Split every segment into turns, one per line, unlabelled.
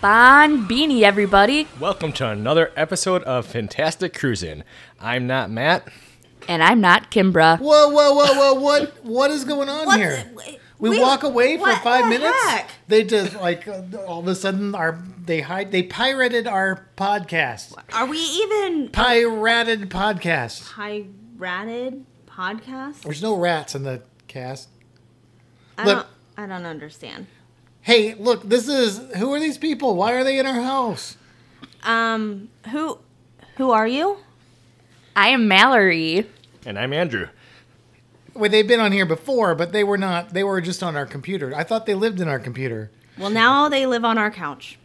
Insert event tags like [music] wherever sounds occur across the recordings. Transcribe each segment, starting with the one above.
Bon Beanie, everybody.
Welcome to another episode of Fantastic Cruisin'. I'm not Matt.
And I'm not Kimbra.
Whoa, whoa, whoa, whoa! What what is going on
What's-
here?
wait,
We,
we-
walk away for
what
five
the
minutes.
heck?
They just like uh, all of a sudden our they hide they pirated our podcast.
Are we even
Pirated podcast.
pirated podcast?
There's no rats in the cast.
I
Look.
don't. I don't understand.
Hey, look, this is who are these people? Why are they in our house?
Um, who, who are you?
I am Mallory.
And I'm Andrew.
Well, they've been on here before, but they were not. They were just on our computer. I thought they lived in our computer.
Well, now they live on our couch.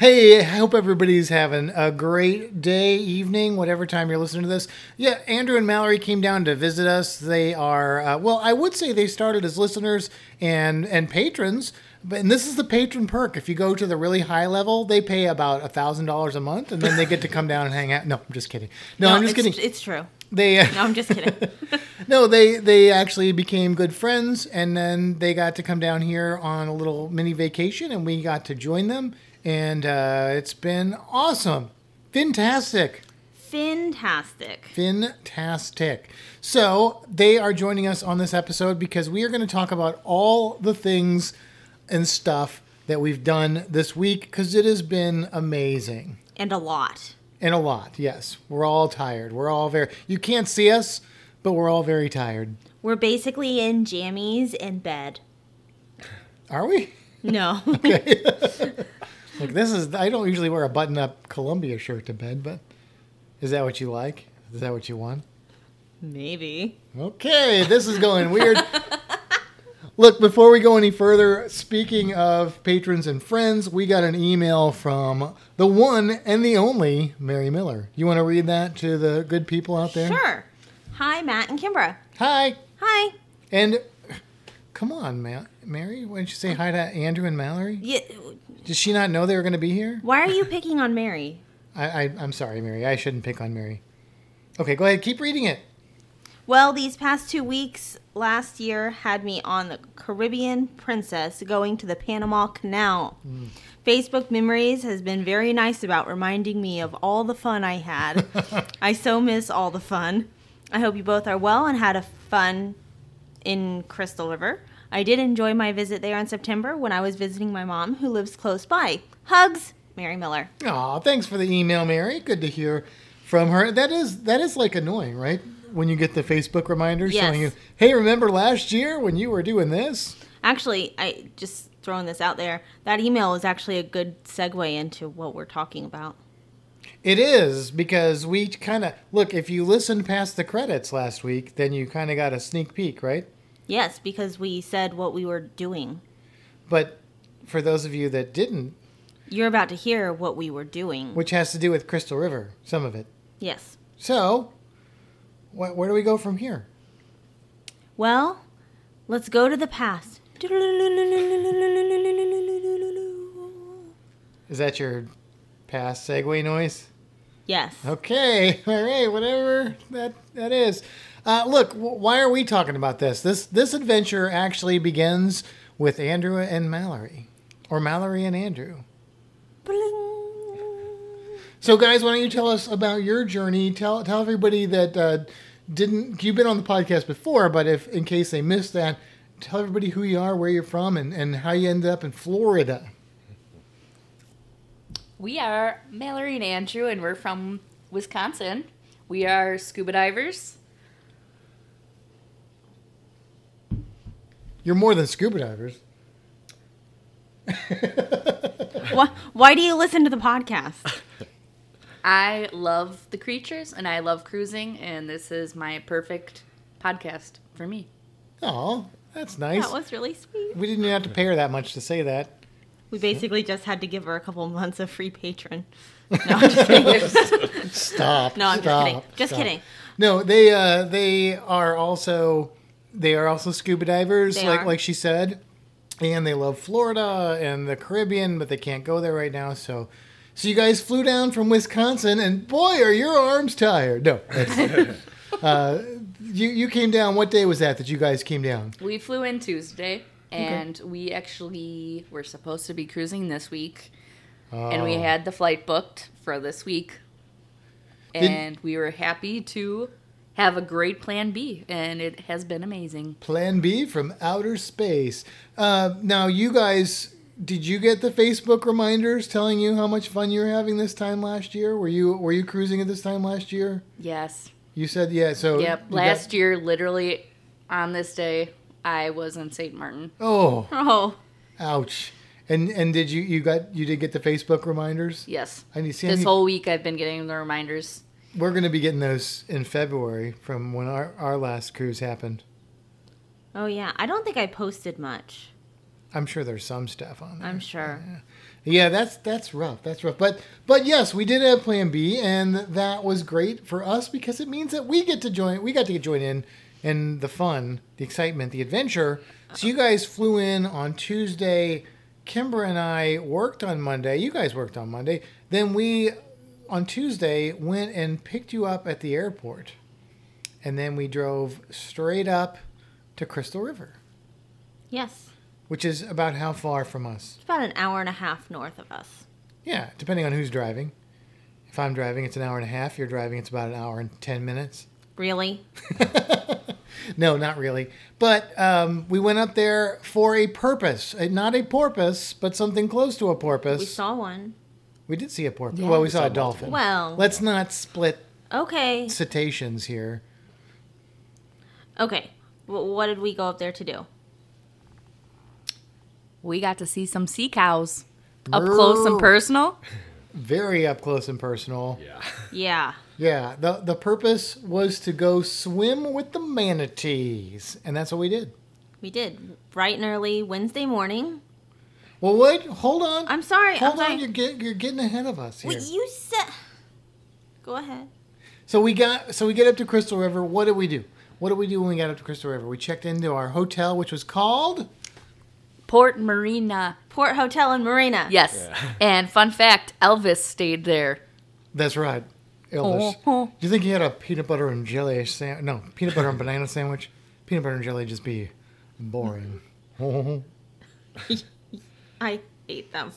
Hey, I hope everybody's having a great day, evening, whatever time you're listening to this. Yeah, Andrew and Mallory came down to visit us. They are uh, well, I would say they started as listeners and and patrons. But and this is the patron perk. If you go to the really high level, they pay about a thousand dollars a month, and then they get to come down and hang out. No, I'm just kidding. No, I'm just
it's,
kidding.
It's true.
they uh,
No, I'm just kidding.
[laughs] no, they they actually became good friends, and then they got to come down here on a little mini vacation, and we got to join them, and uh, it's been awesome, fantastic,
Fantastic.
fantastic. So they are joining us on this episode because we are going to talk about all the things and stuff that we've done this week because it has been amazing
And a lot.
and a lot. Yes, we're all tired. We're all very. You can't see us, but we're all very tired.
We're basically in jammies in bed.
Are we? [laughs]
No.
Like this is I don't usually wear a button up Columbia shirt to bed, but is that what you like? Is that what you want?
[laughs] Maybe.
Okay, this is going weird. Look, before we go any further, speaking of patrons and friends, we got an email from the one and the only Mary Miller. You want to read that to the good people out there?
Sure. Hi, Matt and Kimbra.
Hi.
Hi.
And come on, Ma- Mary, why didn't you say hi to Andrew and Mallory?
You,
Did she not know they were going to be here?
why are you picking on Mary?
I, I, I'm sorry, Mary. I shouldn't pick on Mary. Okay, go ahead. Keep reading it.
Well, these past two weeks last year had me on the Caribbean Princess going to the Panama Canal. Facebook Memories has been very nice about reminding me of all the fun I had. I so miss all the fun. I hope you both are well and had a fun in Crystal River. I did enjoy my visit there in September when I was visiting my mom, who lives close by. Hugs, Mary Miller.
Aw, thanks for the email, Mary. Good to hear from her. That is that is like annoying, right? When you get the Facebook reminders
Yes.
telling you, "Hey, remember last year when you were doing this?"
Actually, I just throwing this out there. That email is actually a good segue into what we're talking about.
It is because we kind of look. If you listened past the credits last week, then you kind of got a sneak peek, right?
Yes, because we said what we were doing.
But for those of you that didn't,
You're about to hear what we were doing.
which has to do with Crystal River, some of it.
Yes.
So, wh- where do we go from here?
Well, let's go to the past.
Is that your past segue noise?
Yes.
Okay, [laughs] all right, whatever that that is. Uh, look, w- why are we talking about this? This this adventure actually begins with Andrew and Mallory, or Mallory and Andrew. So, guys, why don't you tell us about your journey? Tell tell everybody that uh, didn't you've been on the podcast before, but if in case they missed that, tell everybody who you are, where you're from, and, and how you ended up in Florida.
We are Mallory and Andrew, and we're from Wisconsin. We are scuba divers.
You're more than scuba divers.
[laughs] Why, why do you listen to
[laughs]
the podcast?
I love the creatures, and I love cruising, and this is my perfect podcast for me.
Oh, That's nice.
That was really sweet.
we didn't even have to pay her that much to say that.
We basically just had to give her a couple months of free patron.
Stop.
No, I'm just
stop,
kidding. Just
stop.
kidding.
No, they uh, they are also they are also scuba divers,
They
like
are.
like she said, and they love Florida and the Caribbean, but they can't go there right now. So, so you guys flew down from Wisconsin, and boy, are your arms tired. No, that's, uh,
[laughs]
you you came down. What day was that that you guys came down?
We flew in Tuesday, and we actually were supposed to be cruising this week, and we
Oh.
had the flight booked for this week,
Did-
and we were happy to have a great plan B, and it has been amazing.
Plan B from outer space. Uh, now, you guys, did you get the Facebook reminders telling you how much fun you were having this time last year? Were you were you cruising at this time last year?
Yes.
You said yeah. So
Yep. Last year, literally on this day, I was in St. Martin.
oh,
Oh,
ouch! And and did you you got you did get the Facebook reminders?
Yes.
I need, see, I
This
need-
whole week, I've been getting the reminders.
we're going to be getting those in February from when our our last cruise happened.
oh yeah. I don't think I posted much.
I'm sure there's some stuff on there.
I'm sure.
Yeah, that's that's rough. That's rough. But but yes, we did have Plan B, and that was great for us because it means that we get to join. We got to join in in the fun, the excitement, the adventure. So you guys flew in on Tuesday. Kimber and I worked on Monday. You guys worked on Monday. Then we on Tuesday went and picked you up at the airport, and then we drove straight up to Crystal River,
Yes.
which is about how far from us?
It's about an hour and a half north of us.
Yeah, depending on who's driving. If I'm driving, it's an hour and a half. You're driving, it's about an hour and 10 minutes.
Really?
No, not really. But um, we went up there for a purpose. Uh, Not a porpoise, but something close to a porpoise.
We saw one.
We did see a porpoise. well, we saw a dolphin.
Well.
Let's not split
Okay.
cetaceans here.
Okay. W- what did we go up there to do?
We got to see some sea cows up close and personal.
Very up close and personal. Yeah.
Yeah.
the, the purpose was to go swim with the manatees. And that's what we did.
We did. Bright and early Wednesday morning.
Well, wait, hold on.
I'm sorry.
Hold
I'm
on,
sorry.
You're, get, you're getting ahead of us here.
Wait, you said. Go ahead.
So we got so we get up to Crystal River. What did we do? What did we do when we got up to Crystal River? We checked into our hotel, which was called
Port Marina.
Port Hotel and Marina.
Yes. [laughs] And fun fact Elvis stayed there.
That's right, [laughs] Elvis.
Oh.
Do you think you had a peanut butter and jelly sandwich? No,
[laughs]
peanut butter and banana sandwich. Peanut butter and jelly just be boring.
I hate that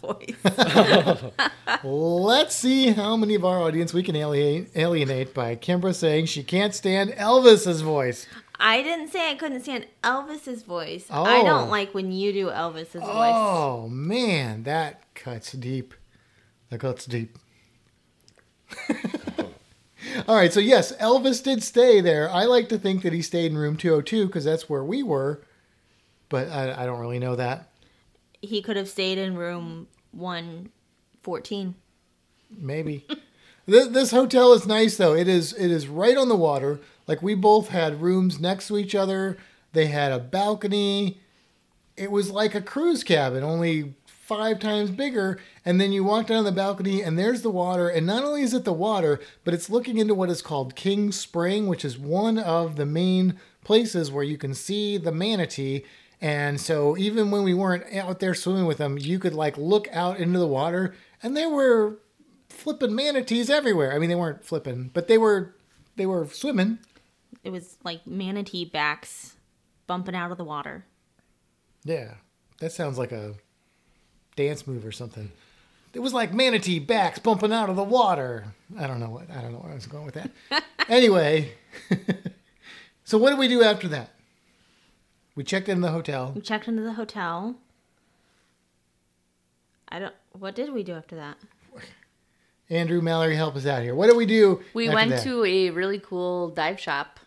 [laughs]
voice.
Let's see how many of our audience we can alienate, alienate by Kimbra saying she can't stand Elvis's voice.
I didn't say I couldn't stand Elvis's voice. I
Oh.
don't like when you do Elvis's voice.
Oh man, that cuts deep. That cuts deep. [laughs] All right, so yes, Elvis did stay there. I like to think that he stayed in room 202 because that's where we were, but I, I don't really know that.
He could have stayed in room 114.
Maybe. [laughs] this, this hotel is nice though. It is it is right on the water. Like we both had rooms next to each other. They had a balcony. It was like a cruise cabin, only five times bigger. And then you walk down the balcony and there's the water. And not only is it the water, but it's looking into what is called King Spring, which is one of the main places where you can see the manatee. And so even when we weren't out there swimming with them, you could like look out into the water and there were flipping manatees everywhere. I mean, they weren't flipping, but they were they were swimming.
It was like manatee backs bumping out of the water.
Yeah, that sounds like a dance move or something. It was like manatee backs bumping out of the water. I don't know what I don't know where I was going with that.
[laughs]
anyway, [laughs] so what did we do after that? We checked in the hotel.
We checked into the hotel. I don't. What did we do after that?
Andrew, Mallory, help us out here. What did we do?
We
after
went
that?
to a really cool dive shop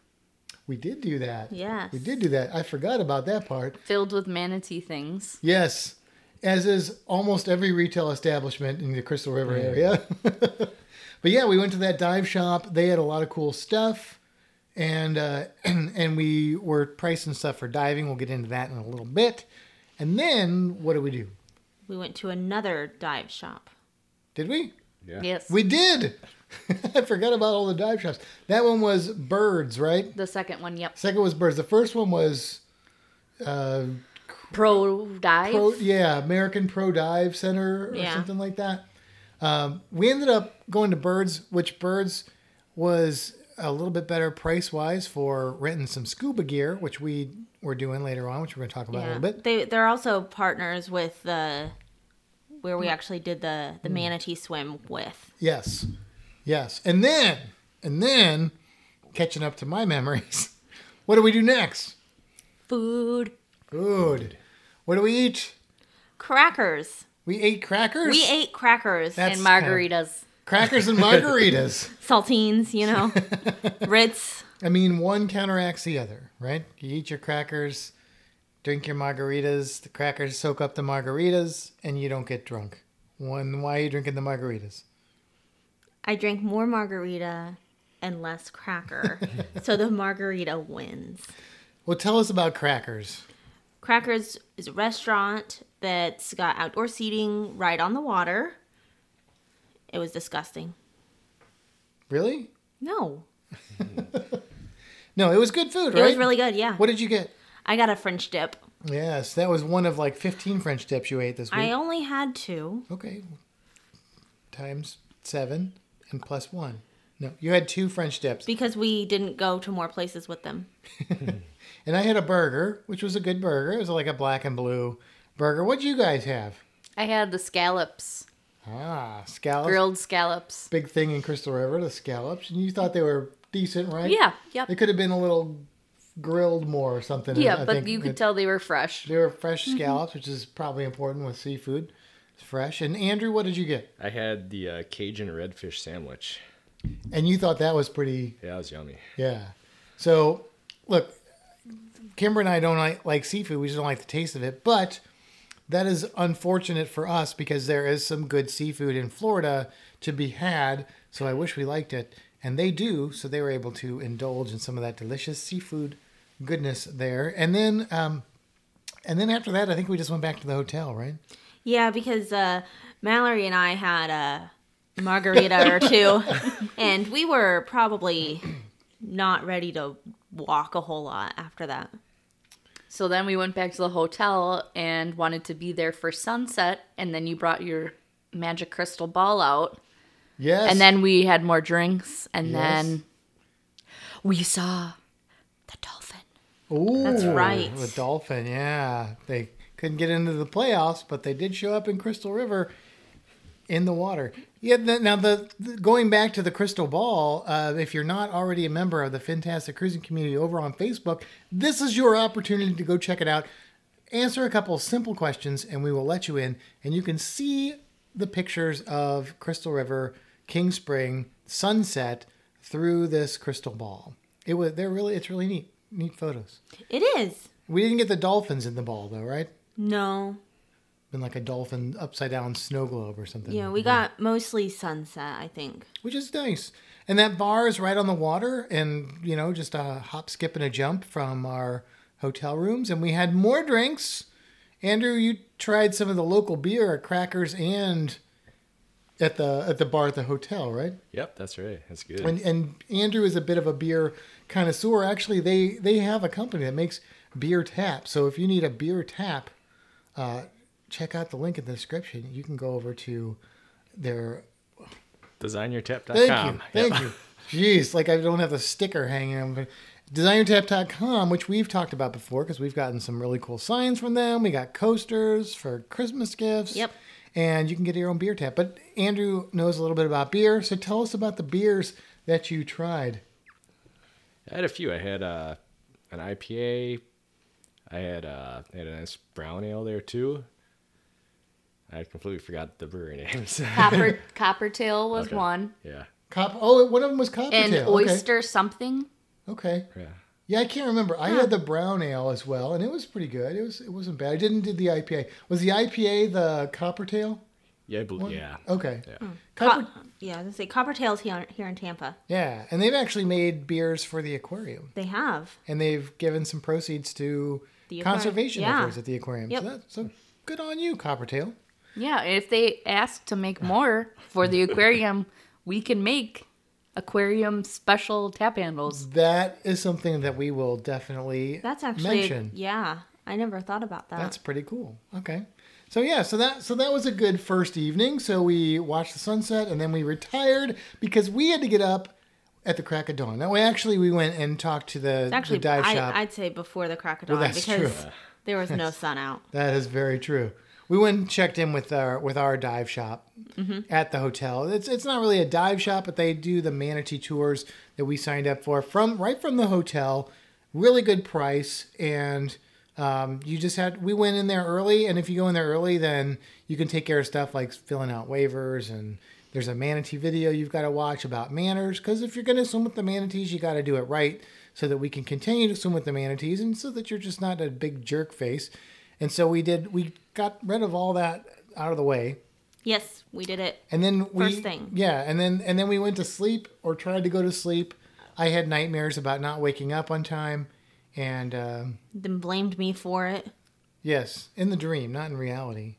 We did do that.
Yes.
We did do that. I forgot about that part.
filled with manatee things.
Yes, as is almost every retail establishment in the Crystal River [laughs] area. but yeah, we went to that dive shop. They had a lot of cool stuff, and uh, [clears throat] and we were pricing stuff for diving. We'll get into that in a little bit. And then what did we do?
We went to another dive shop.
Did we?
Yeah.
Yes.
We did. [laughs] I forgot about all the dive shops. That one was birds, right?
the second one, yep.
Second was birds. The first one was, uh,
Pro dive.
pro, yeah, American Pro Dive Center or
Yeah.
something like that. Um, we ended up going to birds, which birds was a little bit better price wise for renting some scuba gear, which we were doing later on, which we're going to talk about in a
Yeah.
little bit.
They they're also partners with the where
Mm.
we actually did the the manatee swim with.
Yes. Yes. And then, and then catching up to my [laughs] memories, what do we do next?
Food.
Food. What do we eat?
Crackers.
We ate crackers.
We ate crackers.
That's
and
kind of-
margaritas.
crackers and
[laughs]
margaritas.
Saltines, you
[laughs]
know. Ritz.
I mean, one counteracts the other, right? You eat your crackers, drink your margaritas. The crackers soak up the margaritas, and you don't get drunk. One, why are you drinking the margaritas?
I drank more margarita and less
[laughs]
cracker. so the margarita wins.
Well, tell us about crackers.
Crackers is a restaurant that's got outdoor seating right on the water. It was disgusting.
Really?
No.
No, it was good food,
It
right?
was really good, yeah.
What did you get?
I got a French dip.
Yes, that was one of like 15 French dips you ate this week.
I only had two.
Okay. Times seven and plus one. No, you had two French dips.
because we didn't go to more places with them.
And I had a burger, which was a good burger. It was like a black and blue burger. What'd you guys have?
I had the scallops,
Ah, scallops.
grilled scallops.
Big thing in Crystal River, the scallops. And you thought they were decent, right?
Yeah, yep.
They could have been a little grilled more or something.
Yeah,
I
but
think
you could
it-
tell Mm-hmm. they were fresh.
They were fresh scallops, which is probably important with seafood. It's fresh. And Andrew, what did you get?
I had the uh, Cajun redfish sandwich.
And you thought that was pretty
Yeah, that was yummy.
Yeah. So, look, Kimber and I don't like, like seafood. We just don't like the taste of it. But that is unfortunate for us because there is some good seafood in Florida to be had. So I wish we liked it. And they do. So they were able to indulge in some of that delicious seafood goodness there. And then, um, and then after that, I think we just went back to the hotel, right?
Yeah, because uh, Mallory and I had a margarita [laughs] or two, and we were probably not ready to walk a whole lot after that.
So then we went back to the hotel and wanted to be there for sunset. And then you brought your magic crystal ball out.
Yes.
And then we had more drinks. And
Yes.
then we saw the dolphin.
Ooh,
That's right.
The dolphin, yeah. They couldn't get into the playoffs, but they did show up in Crystal River in the water. Yeah. The, now, the, the- going back to the crystal ball, uh, if you're not already a member of the Fantastic Cruising Community over on Facebook, this is your opportunity to go check it out. Answer a couple simple questions, and we will let you in, and you can see the pictures of Crystal River, King Spring, sunset through this crystal ball. It was they're really it's really neat, neat photos.
It is.
We didn't get the dolphins in the ball though, right?
No.
Been like a dolphin upside down snow globe or something.
Yeah, we got mostly sunset, I think.
which is nice. And that bar is right on the water, and you know, just a hop, skip, and a jump from our hotel rooms. And we had more drinks. Andrew, you tried some of the local beer at Crackers and at the at the bar at the hotel, right?
Yep, that's right. That's good.
And and Andrew is a bit of a beer connoisseur. Actually, they they have a company that makes beer tap. So if you need a beer tap, uh, check out the link in the description. You can go over to their
Designyourtap.com.
Thank
Yep.
you. Thank you. Jeez, like I don't have the sticker hanging on. DesignTap.com, which we've talked about before because we've gotten some really cool signs from them. We got coasters for Christmas gifts.
Yep.
And you can get your own beer tap. But Andrew knows a little bit about beer, so tell us about the beers that you tried.
I had a few. I had uh, an IPA. I had uh, I had a nice brown ale there too. I completely forgot the brewery [laughs] names.
Copper Coppertail was
Okay.
one.
yeah,
Cop. Oh, one of them was Coppertail.
And
okay.
oyster something.
Okay.
yeah.
Yeah, I can't remember. I had the brown ale as well, and it was pretty good. It was. It wasn't bad. I didn't do the IPA. Was the IPA the Coppertail?
Yeah, I believe. Yeah.
Okay.
Yeah.
Copper,
Co- yeah, I was gonna say Coppertails here here in Tampa.
yeah, and they've actually made beers for the aquarium,
They have.
and they've given some proceeds to
The aquarium,
conservation
yeah.
efforts at the aquarium.
Yep.
So, that, so good on you, Coppertail.
Yeah, if they ask to make more for the aquarium, we can make aquarium special tap handles.
That is something that we will definitely
That's actually
mention.
yeah. I never thought about that.
That's pretty cool. Okay. So yeah, so that so that was a good first evening. So we watched the sunset and then we retired because we had to get up at the crack of dawn. That way actually we went and talked to the,
actually
the dive
I,
shop.
I'd say before the crack of
Well,
dawn
that's
because
true. [laughs]
there was no sun out.
That is very true. We went and checked in with our with our dive shop at the hotel. It's it's not really a dive shop, but they do the manatee tours that we signed up for from right from the hotel. Really good price, and um, you just had we went in there early. And if you go in there early, then you can take care of stuff like filling out waivers and. There's a manatee video you've got to watch about manners because if you're going to swim with the manatees, you got to do it right so that we can continue to swim with the manatees and so that you're just not a big jerk face. And so we did. We got rid of all that out of the way,
Yes, we did it.
and then we
First thing.
yeah, and then and then we went to sleep or tried to go to sleep. I had nightmares about not waking up on time, and um,
Then blamed me for it.
yes, in the dream, not in reality.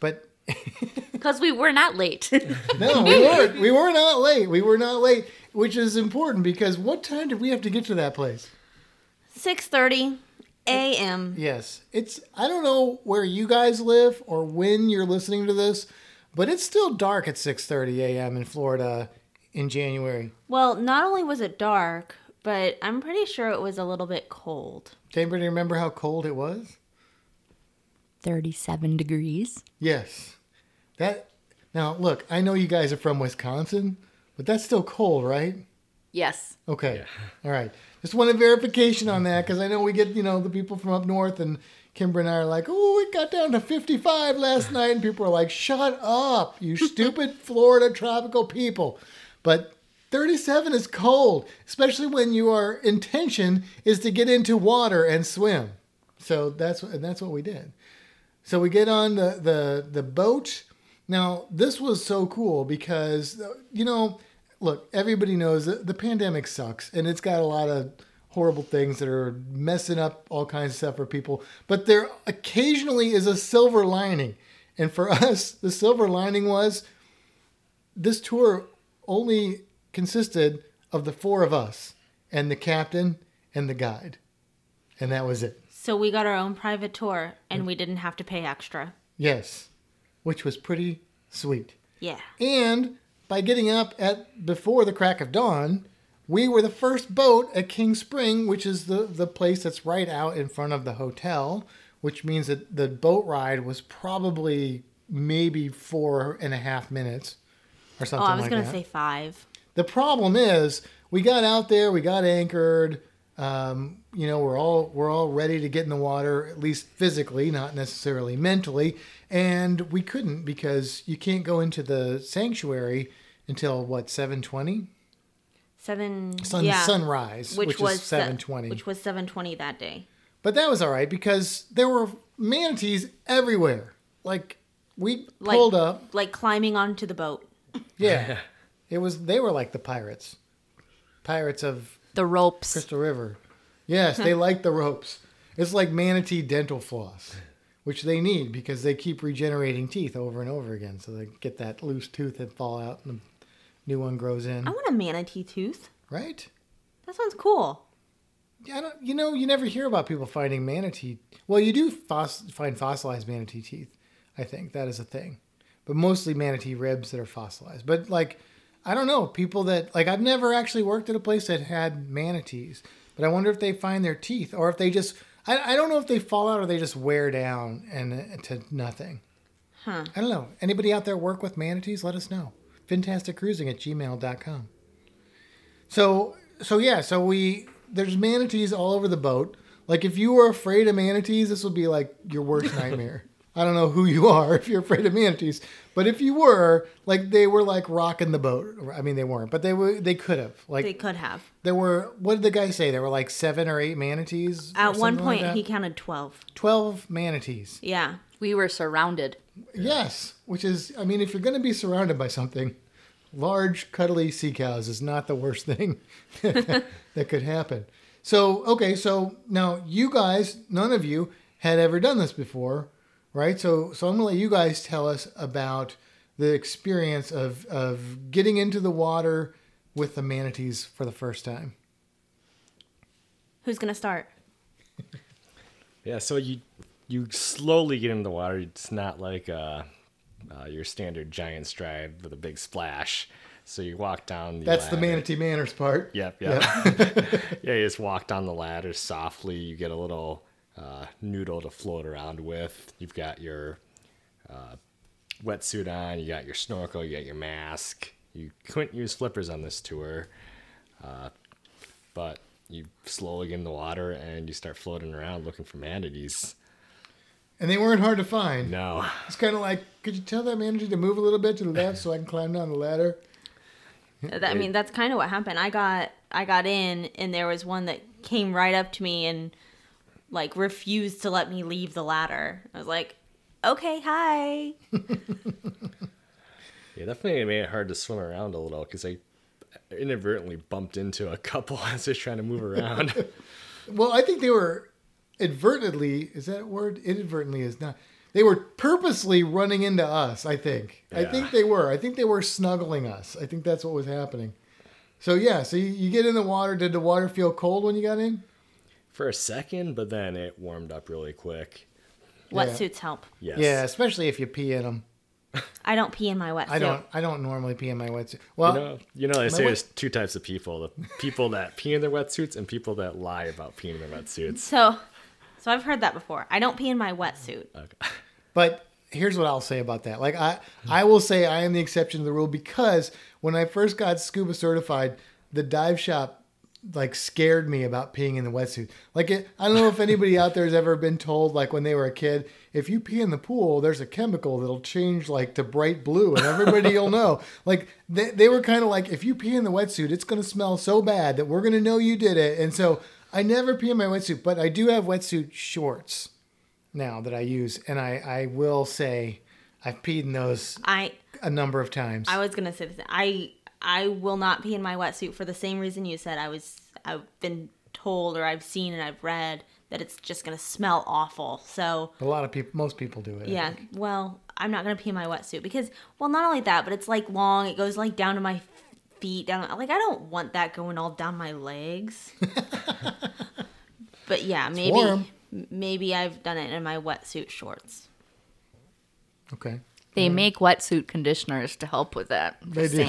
But [laughs]
Because we were not late.
no, we weren't. We were not late. We were not late, which is important because what time did we have to get to that place?
[laughs] Six thirty a.m.
Yes. It's I don't know where you guys live or when you're listening to this, but it's still dark at 6:30 a.m. in Florida in January.
Well, not only was it dark, but I'm pretty sure it was a little bit cold.
Does anybody remember how cold it was?
37 degrees.
Yes. That Now, look, I know you guys are from Wisconsin, but that's still cold, right?
Yes.
Okay. All right. Just wanted verification on that because I know we get, you know, the people from up north and Kimber and I are like, oh, it got down to 55 last night. And people are like, shut up, you stupid Florida tropical people. But 37 is cold, especially when your intention is to get into water and swim. So that's, and that's what we did. So we get on the, the, the boat. Now, this was so cool because, you know, look, everybody knows that the pandemic sucks and it's got a lot of horrible things that are messing up all kinds of stuff for people. But there occasionally is a silver lining. And for [laughs] us, the silver lining was this tour only consisted of the four of us and the captain and the guide. And that was it.
So we got our own private tour
Mm.
and we didn't have to pay extra.
Yes. Which was pretty sweet.
Yeah.
And by getting up at before the crack of dawn, we were the first boat at King Spring, which is the, the place that's right out in front of the hotel, which means that the boat ride was probably maybe four and a half minutes or
Oh,
something
I was
like
gonna
that.
say five.
The problem is, we got out there, we got anchored. Um, you know, we're all we're all ready to get in the water, at least physically, not necessarily mentally. And we couldn't because you can't go into the sanctuary until what seven twenty
Seven
sun
yeah,
sunrise, which, is
se-
seven twenty.
Which was seven twenty that day.
But that was all right because there were manatees everywhere. Like we
Like-
pulled up,
Like climbing onto the boat.
yeah. it was they were like the pirates, pirates of
The ropes.
Crystal River. Yes, they like the ropes. It's like manatee dental floss, which they need because they keep regenerating teeth over and over again. So they get that loose tooth and fall out and the new one grows in.
I want a manatee tooth.
Right?
That sounds cool.
Yeah, I don't, you know, you never hear about people finding manatee. Well, you do fos- find fossilized manatee teeth. I think that is a thing. But mostly manatee ribs that are fossilized. But like, I don't know, people that like I've never actually worked at a place that had manatees. But I wonder if they find their teeth or if they just I, I don't know if they fall out or they just wear down and uh, to nothing.
Huh.
I don't know. Anybody out there work with manatees? Let us know. Fantasticcruising at gmail.com. So so yeah, so we there's manatees all over the boat. Like if you were afraid of manatees, this would be like your
[laughs]
worst nightmare. I don't know who you are if you're afraid of manatees, but if you were, like they were like rocking the boat. I mean they weren't, but they were they could have. Like
They could have.
there were what did the guy say? There were like 7 or 8 manatees. or
At one
something like
point
that?
he counted twelve.
12 manatees.
Yeah.
we were surrounded.
Yes, which is, I mean, if you're going to be surrounded by something, large, cuddly sea cows is not the worst [laughs] thing that could happen. So, okay, so now you guys, none of you had ever done this before, right? So, so I'm going to let you guys tell us about the experience of, of getting into the water with the manatees for the first time.
Who's gonna start?
Yeah, so you you slowly get into the water. It's not like uh, uh, your standard giant stride with a big splash. So you walk down. The
That's the
ladder.
manatee manners part.
Yep, yep. [laughs]
[laughs]
yeah, you just walk down the ladder softly. You get a little uh, noodle to float around with. You've got your uh, wetsuit on. You got your snorkel. You got your mask. You couldn't use flippers on this tour, uh, but you slowly get in the water and you start floating around looking for manatees.
And they weren't hard to find.
No,
It's kind of like, could you tell that manager to move a little bit to the left so I can climb down the ladder? Hmm.
That- I mean, that's kind of what happened. I got I got in, and there was one that came right up to me and like refused to let me leave the ladder. I was like, "Okay, hi."
yeah, definitely made it hard to swim around a little because I inadvertently bumped into a couple [laughs] as I was trying to move around.
[laughs] Well, I think they were advertently, is that a word? Inadvertently is not. They were purposely running into us, I think. I
Yeah.
think they were. I think they were snuggling us. I think that's what was happening. So, yeah, so you, you get in the water. Did the water feel cold when you got in?
for a second, but then it warmed up really quick.
Wetsuits help.
Yes.
Yeah, especially if you pee in them.
I don't pee in my wetsuit.
I don't. I don't normally pee in my wetsuit.
You
Well,
know, you know, they say
wet-
there's two types of people: the people that pee in their wetsuits and people that lie about peeing in their wetsuits.
So, so I've heard that before. I don't pee in my wetsuit.
But here's what I'll say about that. Like I, I will say I am the exception to the rule because when I first got scuba certified, the dive shop like scared me about peeing in the wetsuit. Like it, I don't know if anybody out there has ever been told like when they were a kid, if you pee in the pool, there's a chemical that'll change like to bright blue and everybody will know. [laughs] Like they, they were kind of like if you pee in the wetsuit, it's going to smell so bad that we're going to know you did it. And so I never pee in my wetsuit, but I do have wetsuit shorts now that I use, and I, I will say I've peed in those
I
a number of times.
I was gonna say this. I I will not pee in my wetsuit for the same reason you said. I was I've been told or I've seen and I've read that it's just gonna smell awful. So
a lot of people, most people do it.
yeah, well, I'm not gonna pee in my wetsuit because well, not only that, but it's like long. It goes like down to my feet. Down like I don't want that going all down my legs.
[laughs]
but yeah, maybe
warm.
maybe I've done it in my wetsuit shorts.
Okay.
They make wetsuit conditioners to help with that. They
do.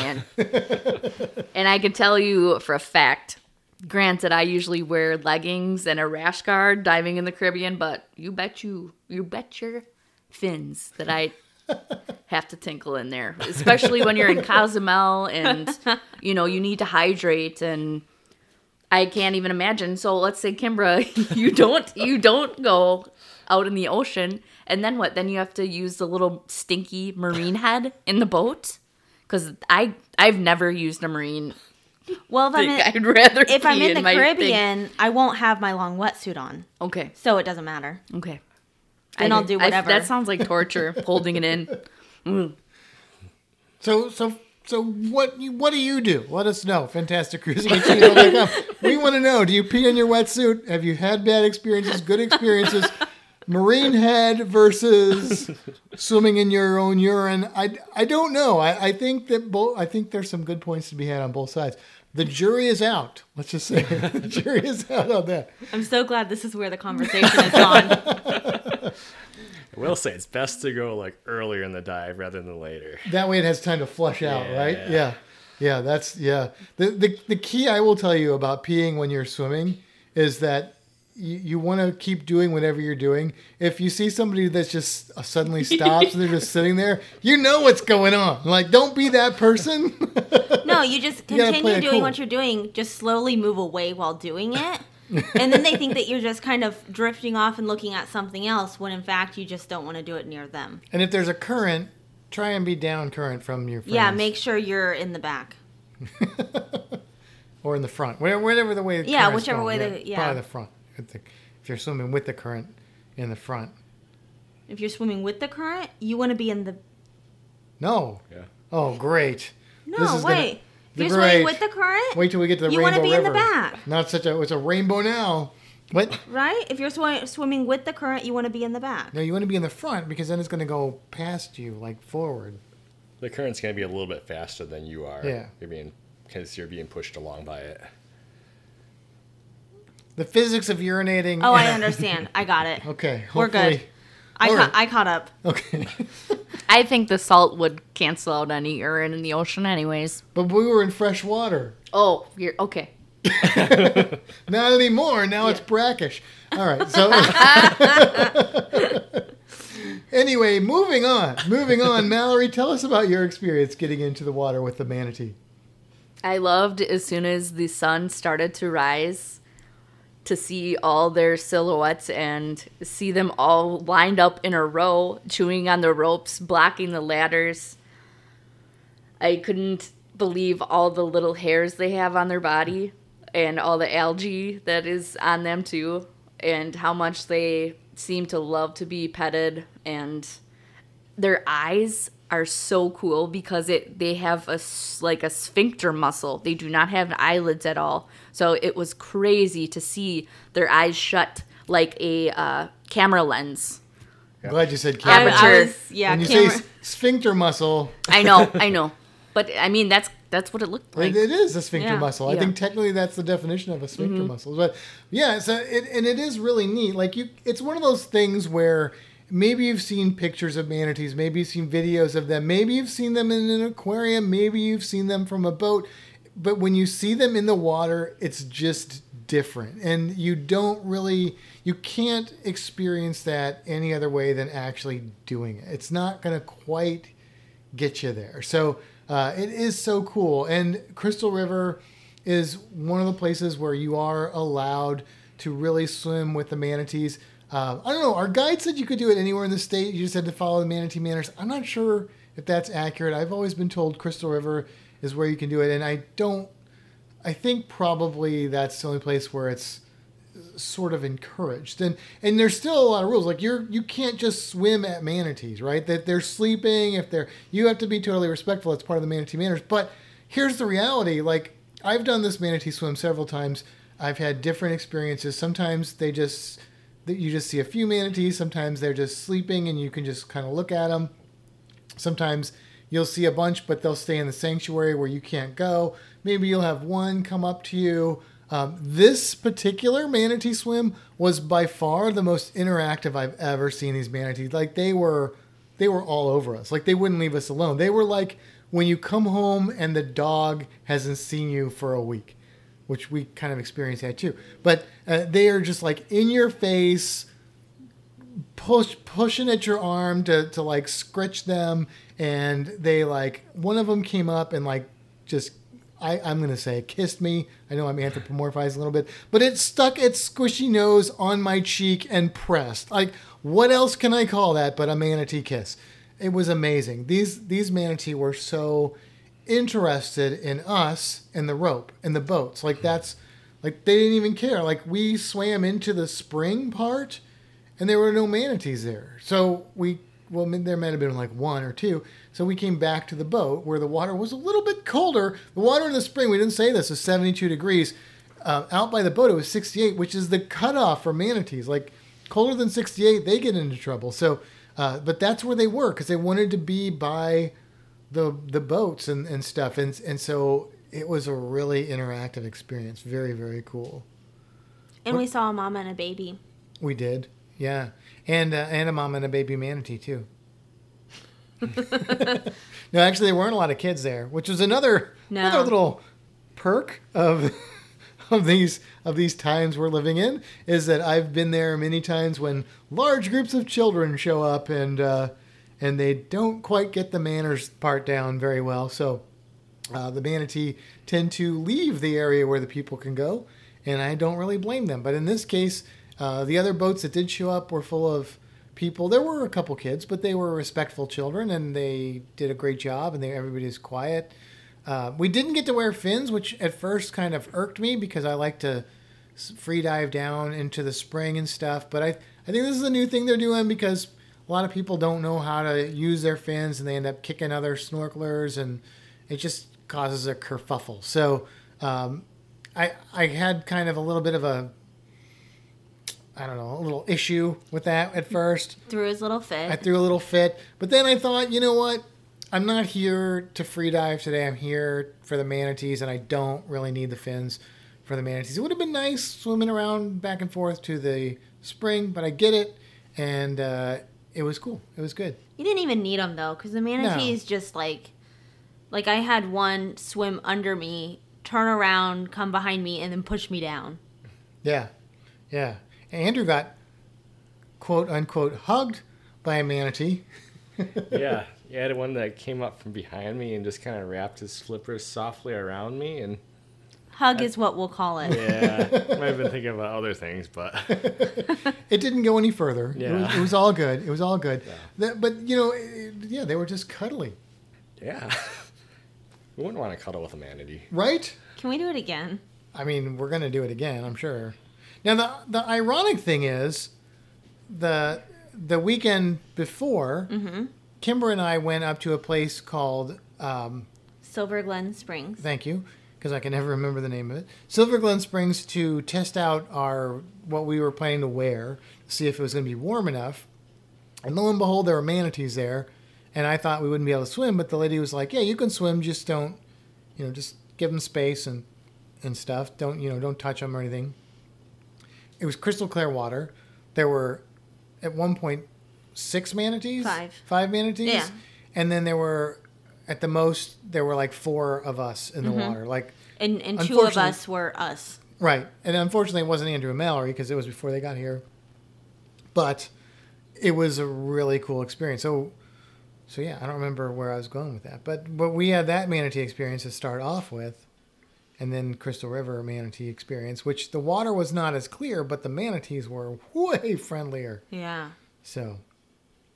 and I can tell you for a fact, granted, I usually wear leggings and a rash guard diving in the Caribbean, but you bet you, you bet your fins that I have to tinkle in there, especially when you're in Cozumel and, you know, you need to hydrate and. I can't even imagine. So let's say Kimbra, [laughs] you don't you don't go out in the ocean, and then what? Then you have to use the little stinky marine head in the boat because I I've never used a marine.
Well, if I'm
Thing.
in,
[laughs] I'd rather
if I'm
pee
in the
my thing.
Caribbean, I won't have my long wetsuit on,
Okay,
so it doesn't matter.
okay.
Then I'll do
I-
whatever.
that sounds like torture, [laughs] holding it in.
So so so what you what do you do? Let us know. Fantastic cruising at gmail.com.
[laughs]
We want to know. Do you pee in your wetsuit? Have you had bad experiences? Good
[laughs]
experiences? Marine head versus swimming in your own urine. I, I don't know. I, I think that both. I think there's some good points to be had on both sides. The jury is out. Let's just say [laughs] the jury is out on that.
I'm so glad this is where the conversation
[laughs]
has gone.
I will say it's best to go like earlier in the dive rather than later.
that way it has time to flush out,
Yeah.
right? Yeah. Yeah, that's yeah. The, the the key I will tell you about peeing when you're swimming is that you, you want to keep doing whatever you're doing. If you see somebody that's just uh, suddenly stops and they're just sitting there, you know what's going on. Like, don't be that person. [laughs]
No, you just
gotta
continue
play it
doing
cool.
what you're doing. Just slowly move away while doing it. and then they think that you're just kind of drifting off and looking at something else when in fact you just don't want to do it near them.
and if there's a current, try and be down current from your friends.
Yeah, make sure you're in the back.
or in the front, whatever, whatever the way. The
Yeah,
current's
whichever
going,
way the- yeah.
probably the front. I think if you're swimming with the current in the front,
If you're swimming with the current, you want to be in the
No.
Yeah.
Oh, great. This
no
is gonna-
wait. If
the
you're swimming
great-
with the current,
Wait till we get to the
you
rainbow
wanna be in
river.
the back,
Not such a. It's a rainbow now. What?
right? If you're swi- swimming with the current, you want to be in
[laughs]
the back.
No, you want to be in the front because then it's going to go past you, like forward.
The current's going to be a little bit faster than you are.
Yeah.
You're being because you're being pushed along by it.
The physics of urinating. [laughs]
Oh, I understand. I got it.
Okay. Hopefully.
We're good. I
All
ca-
right.
I caught up.
Okay.
I think the salt would cancel out any urine in the ocean, anyways.
but we were in fresh water.
Oh, you're okay.
Not anymore. Now it's brackish. All right.
[laughs]
So anyway, moving on. Moving on. Mallory, tell us about your experience getting into the water with the manatee.
I loved as soon as the sun started to rise to see all their silhouettes and see them all lined up in a row, chewing on the ropes, blocking the ladders. I couldn't believe all the little hairs they have on their body and all the algae that is on them, too, and how much they seem to love to be petted and their eyes are so cool because it they have a s- like a sphincter muscle. They do not have eyelids at all. So it was crazy to see their eyes shut like a uh, camera lens.
I'm glad you said
I,
camera.
but you're-
I was yeah.
when you
camera.
say s- sphincter muscle,
I know, I know. But I mean that's that's what it looked like.
it- it is a sphincter
Yeah,
muscle. I
yeah. Mm-hmm.
think technically that's the definition of a sphincter muscle. But yeah, so it, and it is really neat. Like you, it's one of those things where maybe you've seen pictures of manatees, maybe you've seen videos of them, maybe you've seen them in an aquarium, maybe you've seen them from a boat. But when you see them in the water, it's just different, and you don't really, you can't experience that any other way than actually doing it. It's not going to quite get you there. So uh, it is so cool. And Crystal River is one of the places where you are allowed to really swim with the manatees. Uh, I don't know. Our guide said you could do it anywhere in the state. You just had to follow the manatee manners. I'm not sure if that's accurate. I've always been told Crystal River is where you can do it, and I don't. I think probably that's the only place where it's sort of encouraged and and there's still a lot of rules like you're you can't just swim at manatees right that they're sleeping if they're you have to be totally respectful that's part of the manatee manners but here's the reality like i've done this manatee swim several times i've had different experiences sometimes they just that you just see a few manatees sometimes they're just sleeping and you can just kind of look at them sometimes you'll see a bunch but they'll stay in the sanctuary where you can't go maybe you'll have one come up to you um, this particular manatee swim was by far the most interactive i've ever seen these manatees like they were they were all over us like they wouldn't leave us alone they were like when you come home and the dog hasn't seen you for a week which we kind of experienced that too but uh, they are just like in your face push pushing at your arm to, to like scratch them and they like one of them came up and like just I, I'm gonna say kissed me. I know I'm anthropomorphizing a little bit, but it stuck its squishy nose on my cheek and pressed. Like, what else can I call that but a manatee kiss? It was amazing. These these manatee were so interested in us and the rope and the boats. Like that's like they didn't even care. Like we swam into the spring part and there were no manatees there. So we, well, m- there might have been like one or two. So we came back to the boat where the water was a little bit colder. The water in the spring, we didn't say this, was 72 degrees. Uh, out by the boat, it was 68, which is the cutoff for manatees. Like colder than 68, they get into trouble. So, uh, but that's where they were because they wanted to be by the the boats and, and stuff. And and so it was a really interactive experience. Very very cool.
and we saw a mama and a baby.
We did, yeah, and uh, and a mom and a baby manatee too. no, actually, there weren't a lot of kids there, which was another
No.
another little perk of of these of these times we're living in is that I've been there many times when large groups of children show up and uh, and they don't quite get the manners part down very well, so uh, the manatee tend to leave the area where the people can go, and I don't really blame them. But in this case, uh, the other boats that did show up were full of people. There were a couple kids, but they were respectful children, and they did a great job, and they, everybody's quiet. Uh, we didn't get to wear fins, which at first kind of irked me because I like to s- free dive down into the spring and stuff. But I, I think this is a new thing they're doing because a lot of people don't know how to use their fins and they end up kicking other snorkelers and it just causes a kerfuffle. So um, I I had kind of a little bit of a I don't know a little issue with that at first.
Threw his little fit.
I threw a little fit, but then I thought, you know what? I'm not here to free dive today. I'm here for the manatees, and I don't really need the fins for the manatees. It would have been nice swimming around back and forth to the spring, but I get it, and uh, it was cool. It was good.
you didn't even need them though, because the manatees just like, like I had one swim under me, turn around, come behind me, and then push me down.
Yeah, yeah. And Andrew got quote unquote hugged by a manatee.
yeah, yeah, I had one that came up from behind me and just kind of wrapped his flippers softly around me, and
Hug is what we'll call
[laughs]
it.
yeah, might have been thinking about other things, but [laughs]
It didn't go any further. It, was,
Yeah.
it was all good. It was all good. That- but you know, it- yeah, they were just cuddly,
yeah, we wouldn't want to cuddle with a manatee.
right?
Can we do it again?
I mean, we're gonna do it again, I'm sure. Now the the ironic thing is, the the weekend before, Kimber and I went up to a place called um,
Silver Glen Springs.
thank you because I can never remember the name of it Silver Glen Springs to test out our what we were planning to wear to see if it was going to be warm enough. And lo and behold, there were manatees there, and I thought we wouldn't be able to swim, but the lady was like, "Yeah, you can swim, just don't, you know, just give them space and and stuff. Don't you know, don't touch them or anything." It was crystal clear water. There were at one point six manatees,
Five.
five manatees,
Yeah.
and then there were at the most there were like four of us in the water, like
And and two of
Unfortunately-
us were us.
Right. And unfortunately, it wasn't Andrew and Mallory because it was before they got here. But it was a really cool experience. So, so yeah, I don't remember where I was going with that. But but we had that manatee experience to start off with, and then Crystal River manatee experience, which the water was not as clear, but the manatees were way friendlier.
Yeah.
So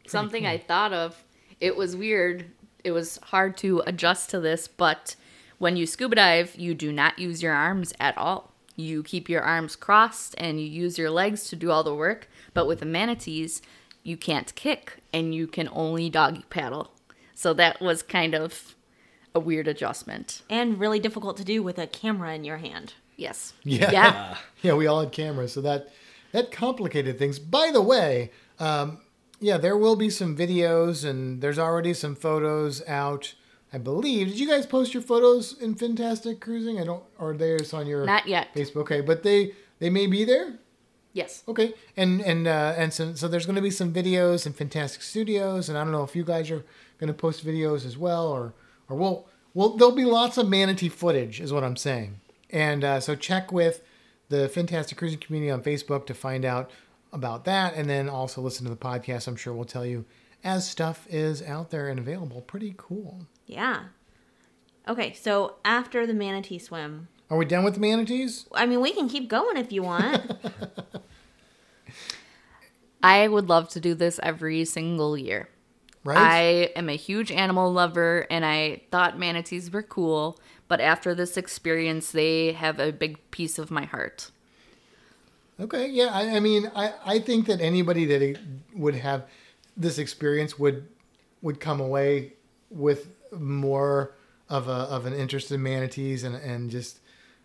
something I thought of. It was weird. It was hard to adjust to this, but when you scuba dive, you do not use your arms at all. You keep your arms crossed and you use your legs to do all the work. But with the manatees, you can't kick and you can only doggy paddle. So that was kind of a weird adjustment.
And really difficult to do with a camera in your hand.
Yes.
Yeah.
Yeah.
[laughs] Yeah, we all had cameras, so that that complicated things. By the way, um, yeah, there will be some videos, and there's already some photos out. I believe. Did you guys post your photos in Fantastic Cruising? I don't, or there's on your
Not yet.
Facebook. Okay, but they they may be there.
Yes.
Okay, and and uh, and so so there's going to be some videos in Fantastic Studios, and I don't know if you guys are going to post videos as well, or or we'll well there'll be lots of manatee footage, is what I'm saying. And uh, so check with the Fantastic Cruising community on Facebook to find out about that, and then also listen to the podcast. I'm sure we'll tell you as stuff is out there and available. Pretty cool.
Yeah. Okay, so after the manatee swim,
Are we done with the manatees?
I mean, we can keep going if you want.
[laughs]
I would love to do this every single year. I
Right.
am a huge animal lover and I thought manatees were cool, but after this experience, they have a big piece of my heart.
Okay, yeah. I, I mean, I, I think that anybody that would have this experience would would come away with more of a of an interest in manatees and and just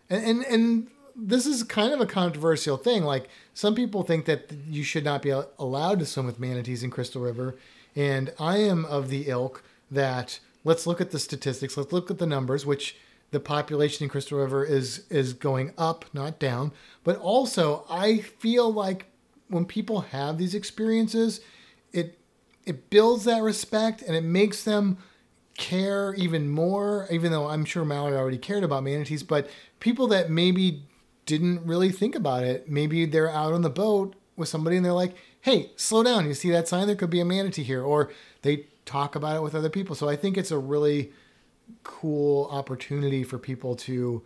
and and, and this is kind of a controversial thing. Like some people think that you should not be al- allowed to swim with manatees in Crystal River, and I am of the ilk that let's look at the statistics, let's look at the numbers, which the population in Crystal River is is going up, not down. But also, I feel like when people have these experiences, it it builds that respect and it makes them care even more. Even though I'm sure Mallory already cared about manatees, but people that maybe didn't really think about it, maybe they're out on the boat with somebody and they're like, "Hey, slow down! You see that sign? There could be a manatee here." Or they talk about it with other people. So I think it's a really cool opportunity for people to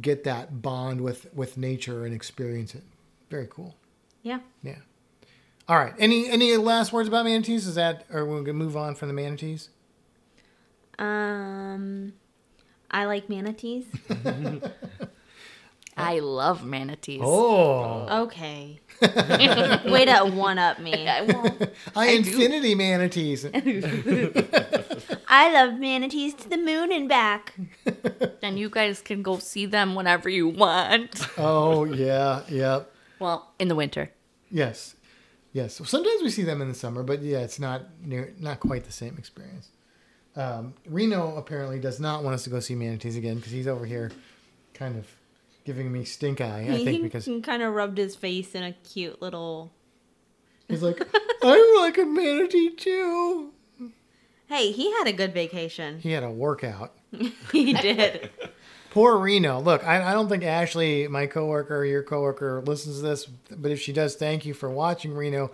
get that bond with with nature and experience it. Very cool.
yeah.
Yeah. All right. Any any last words about manatees? Is that or we're gonna move on from the manatees?
Um, I like manatees.
I love manatees. [laughs]
Oh, [laughs]
Okay. Way to one up me.
I won't.
I infinity manatees.
I love manatees to the moon and back.
And you guys can go see them whenever you [laughs] want.
Oh yeah, yeah,
Well, in the winter.
yes, yes. Sometimes we see them in the summer, but yeah, it's not near, not quite the same experience. Um, Reno apparently does not want us to go see manatees again because he's over here, kind of giving me stink eye. I
[laughs]
think because
he kind of rubbed his face in a cute little.
he's like, I'm like a manatee too.
Hey, he had a good vacation.
He had a workout.
[laughs] He did.
Poor Reno. Look, I, I don't think Ashley, my coworker, your coworker, listens to this, but if she does, thank you for watching Reno.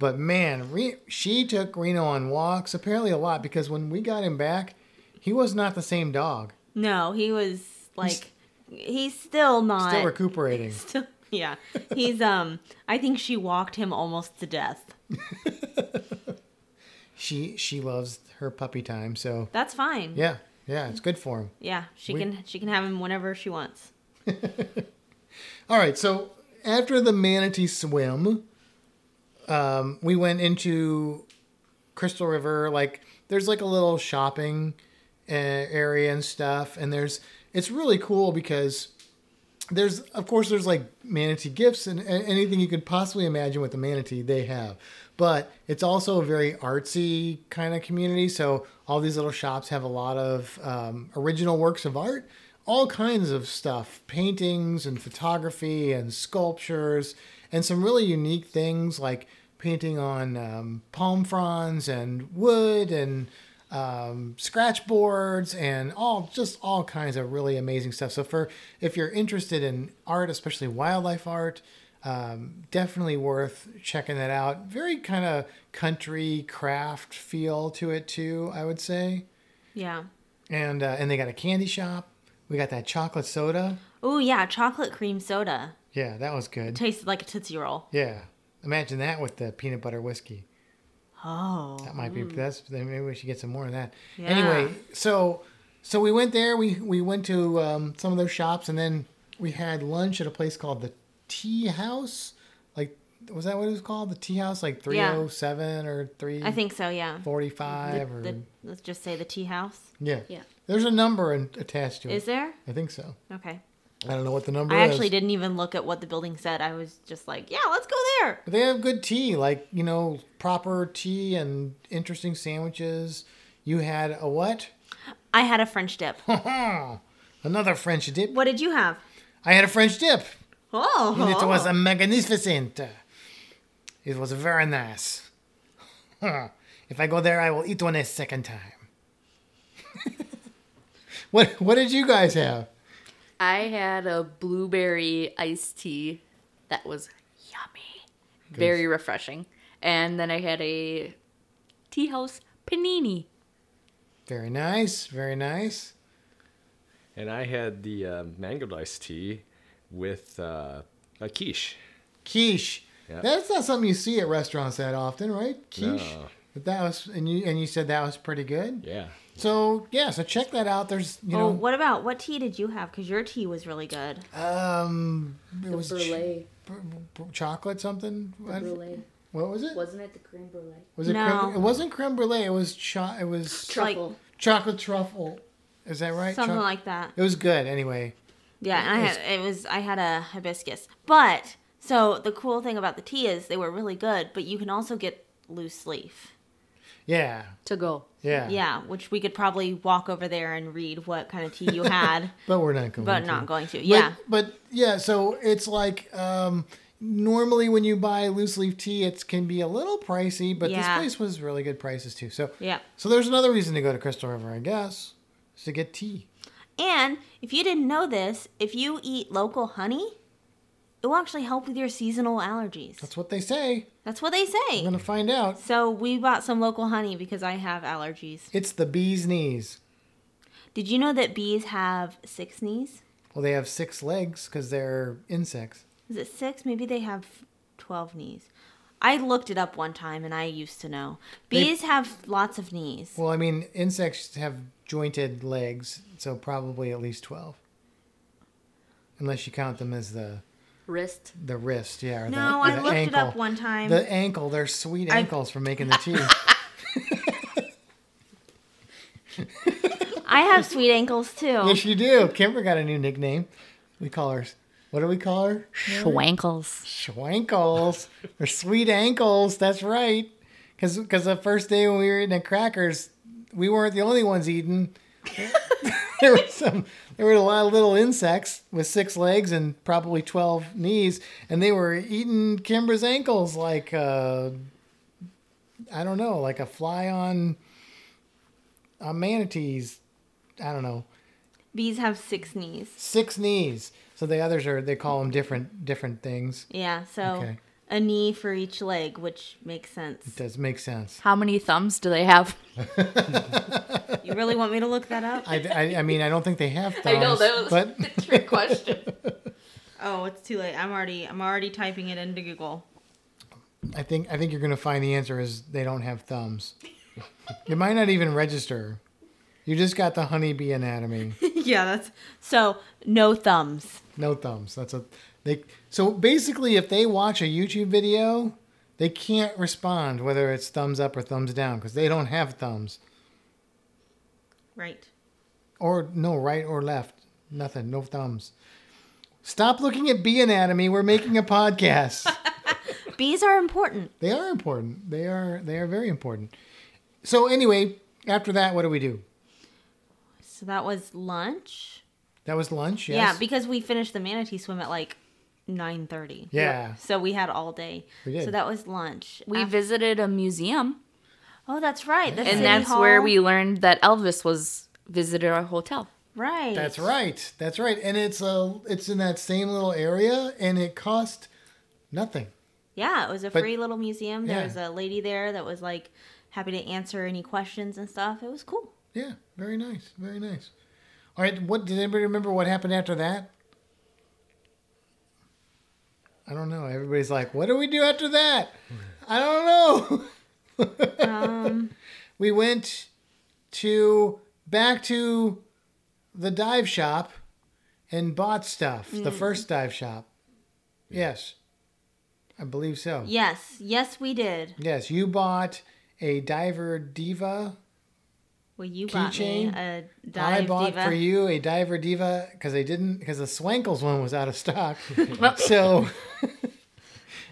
But man, Re- she took Reno on walks apparently a lot because when we got him back, he was not the same dog.
No, he was like, he's still not.
Still recuperating.
still- yeah, he's um. I think she walked him almost to death.
She she loves her puppy time, so
That's fine.
yeah, yeah, it's good for him.
Yeah, she
We-
can she can have him whenever she wants.
All right, so after the manatee swim, um, we went into Crystal River. Like, there's like a little shopping uh, area and stuff, and there's it's really cool because there's of course there's like manatee gifts and, and anything you could possibly imagine with a manatee they have but it's also a very artsy kind of community so all these little shops have a lot of um, original works of art all kinds of stuff paintings and photography and sculptures and some really unique things like painting on um, palm fronds and wood and um, scratch boards and all just all kinds of really amazing stuff. So for if you're interested in art, especially wildlife art, um, definitely worth checking that out. Very kind of country craft feel to it too, I would say.
Yeah.
And uh, and they got a candy shop. We got that chocolate soda.
Oh yeah, chocolate cream soda
Yeah, that was good.
tasted like a tootsie roll.
Yeah, imagine that with the peanut butter whiskey.
Oh.
That might be that's then maybe we should get some more of that.
Yeah.
Anyway, so so we went there. We we went to um, some of those shops, and then we had lunch at a place called the Tea House. Like, was that what it was called? The Tea House, like three oh seven or three.
I think so. Yeah.
forty five or
The, let's just say the tea house.
yeah.
Yeah.
There's a number in, attached to it.
Is there?
I think so.
Okay.
I don't know what the number
I
is.
actually didn't even look at what the building said. I was just like, yeah, let's go there.
But they have good tea, like you know, proper tea and interesting sandwiches. You had a what? Hmm,
I had a
[laughs]
French dip.
Another French dip.
what did you have?
I had a French dip.
Oh.
And It was a magnificent. It was very nice. [laughs] Huh. If I go there, I will eat one a second time. [laughs] what What did you guys have?
I had a blueberry iced tea that was yummy, very refreshing. And then I had a tea house panini.
Very nice. Very nice.
And I had the uh, mango iced tea with uh, a quiche.
Quiche.
Yeah.
That's not something you see at restaurants that often, right? Quiche.
No.
But that was and you and you said that was pretty good.
Yeah.
So yeah, so check that out. There's you
Oh,
know
what about what tea did you have? Because your tea was really good.
um it was ch-
Brulee,
br- br- chocolate something. I-
brulee.
What was it?
Wasn't it the creme brulee?
Was it?
No.
Creme, it wasn't creme brulee. It was cho- It was
Truffle.
Like-
chocolate truffle. Is that right?
Something
Choc-
like that.
It was good. Anyway,
Yeah, and I had it was I had a hibiscus. But so the cool thing about the tea is they were really good, but you can also get loose leaf.
yeah,
to go.
yeah,
Yeah, which we could probably walk over there and read what kind of tea
[laughs]
you had,
But we're not going.
but
to.
not going to.
But-
Yeah.
But, yeah, so it's like um, normally when you buy loose leaf tea, it can be a little pricey. But
Yeah.
this place was really good prices too. So
Yeah.
So there's another reason to go to Crystal River, I guess, is to get tea.
And if you didn't know this, if you eat local honey, it will actually help with your seasonal allergies.
That's what they say.
That's what they
We're
say.
gonna find out.
So we bought some local honey because I have allergies.
It's the bee's knees.
Did you know that bees have six knees?
Well, they have six legs because they're insects.
Is it six? Maybe they have 12 knees. I looked it up one time and I used to know.
They-
Bees have lots of knees.
Well, I mean, insects have jointed legs, so probably at least 12. unless you count them as the
Wrist.
the wrist. Yeah. Or
No,
the,
I
the
looked it
ankle.
up one time.
The ankle. They're sweet
I-
ankles for making
[laughs]
the cheese.
I have sweet ankles too.
yes, you do. Kimber got a new nickname. We call her. What do we call her?
Schwankles.
Schwankles or sweet ankles. That's right. Because the first day when we were eating at Crackers, we weren't the only ones eating. [laughs] there were some. There were a lot of little insects with six legs and probably twelve knees, and they were eating Kimber's ankles like uh, I don't know, like a fly on a manatee's. I don't know
Bees have six knees.
six knees. So the others are they call them different different things.
Yeah, so
Okay.
a knee for each leg, which makes sense.
Does make sense.
How many thumbs do they [laughs] have?
You really want me to look that up?
I, I, I mean, I don't think they have
[laughs]
thumbs.
I know that was
But
a trick question.
[laughs] Oh, it's too late. I'm already I'm already typing it into Google. [laughs]
I think I think you're gonna find the answer is they don't have
[laughs]
thumbs. you might not even register. You just got the honeybee anatomy.
yeah, that's so no thumbs.
No thumbs. That's a they. So basically, if they watch a YouTube video, they can't respond whether it's thumbs up or thumbs down because they don't have thumbs
Right.
or no right or left. Nothing. No thumbs. Stop looking at bee anatomy. We're making a podcast.
Bees are important.
They are important. They are they are very important. So anyway, after that, what do we do?
So that was lunch.
That was lunch.
Yeah,
Yes.
because we finished the manatee swim at like 9:30.
Yeah.
So we had all day.
We did.
So that was lunch.
We
Af-
visited a museum,
Oh, that's right. The
and
City
that's where
Hall.
we learned that Elvis was visited our hotel.
Right.
That's right. That's right. And it's a it's in that same little area, and it cost nothing.
Yeah, it was a
But-
free little museum. There
Yeah.
was a lady there that was like happy to answer any questions and stuff. It was cool.
Yeah. Very nice. Very nice. All right. What did anybody remember? What happened after that? I don't know. Everybody's like, "What do we do after that?" I don't know. [laughs]
Um,
we went to back to the dive shop and bought stuff. The first dive shop. Yes. I believe so.
yes, yes, we did.
Yes, you bought a diver diva.
Well, you bought me
Keychain?
a dive
I bought
diva.
for you a diver diva because they didn't because the Swankles one was out of
[laughs]
stock. [laughs] so [laughs]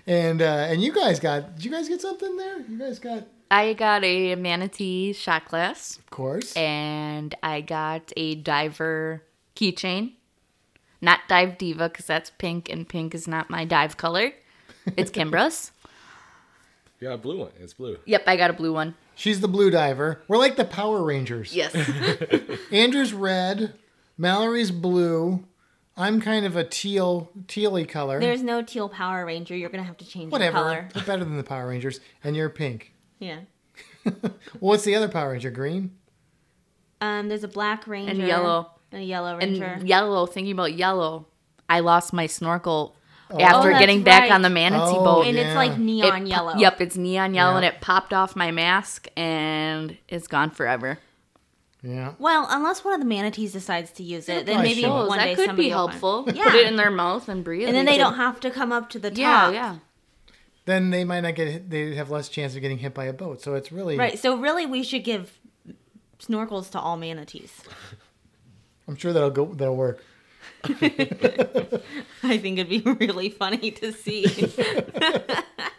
and uh, and you guys got did you guys get something there? You guys got of
I got a manatee shot glass,
course.
Eh.
and I got a diver keychain. Not Dive Diva, because that's pink, and pink is not my dive color. [laughs] It's Kimbra's.
You got a blue one. It's blue.
yep, I got a blue one.
She's the blue diver. We're like the Power Rangers.
Yes.
[laughs] Andrew's red, Mallory's blue. I'm kind of a teal, tealy color.
There's no teal Power Ranger. You're gonna have to change
Whatever,
the color.
we're better than the Power Rangers. And you're pink.
Yeah.
Well, what's the other Power Ranger? Green.
Um, there's a black ranger
yellow.
and a yellow
and
ranger.
yellow, thinking about yellow, I lost my snorkel
Oh,
after
that's
getting back
right.
on the manatee
Oh,
boat.
and
Yeah.
it's like
It
It
neon
po-
yellow.
Yep, it's neon yellow, and
Yeah.
it popped off my mask, and it's gone forever.
Yeah.
Well, unless one of the manatees decides to use it, then
probably
maybe
should.
one
Well,
day
that could
somebody
be
will find-
helpful.
Yeah.
Put it in their mouth and breathe,
And then they
could-
don't have to come up to the top.
Yeah, yeah.
Then they might not get. hit- They have less chance of getting hit by a boat. So it's really.
Right. So really, we should give snorkels to all manatees. [laughs]
I'm sure that'll go. That'll work.
I think it'd be [laughs] really funny to see.
[laughs]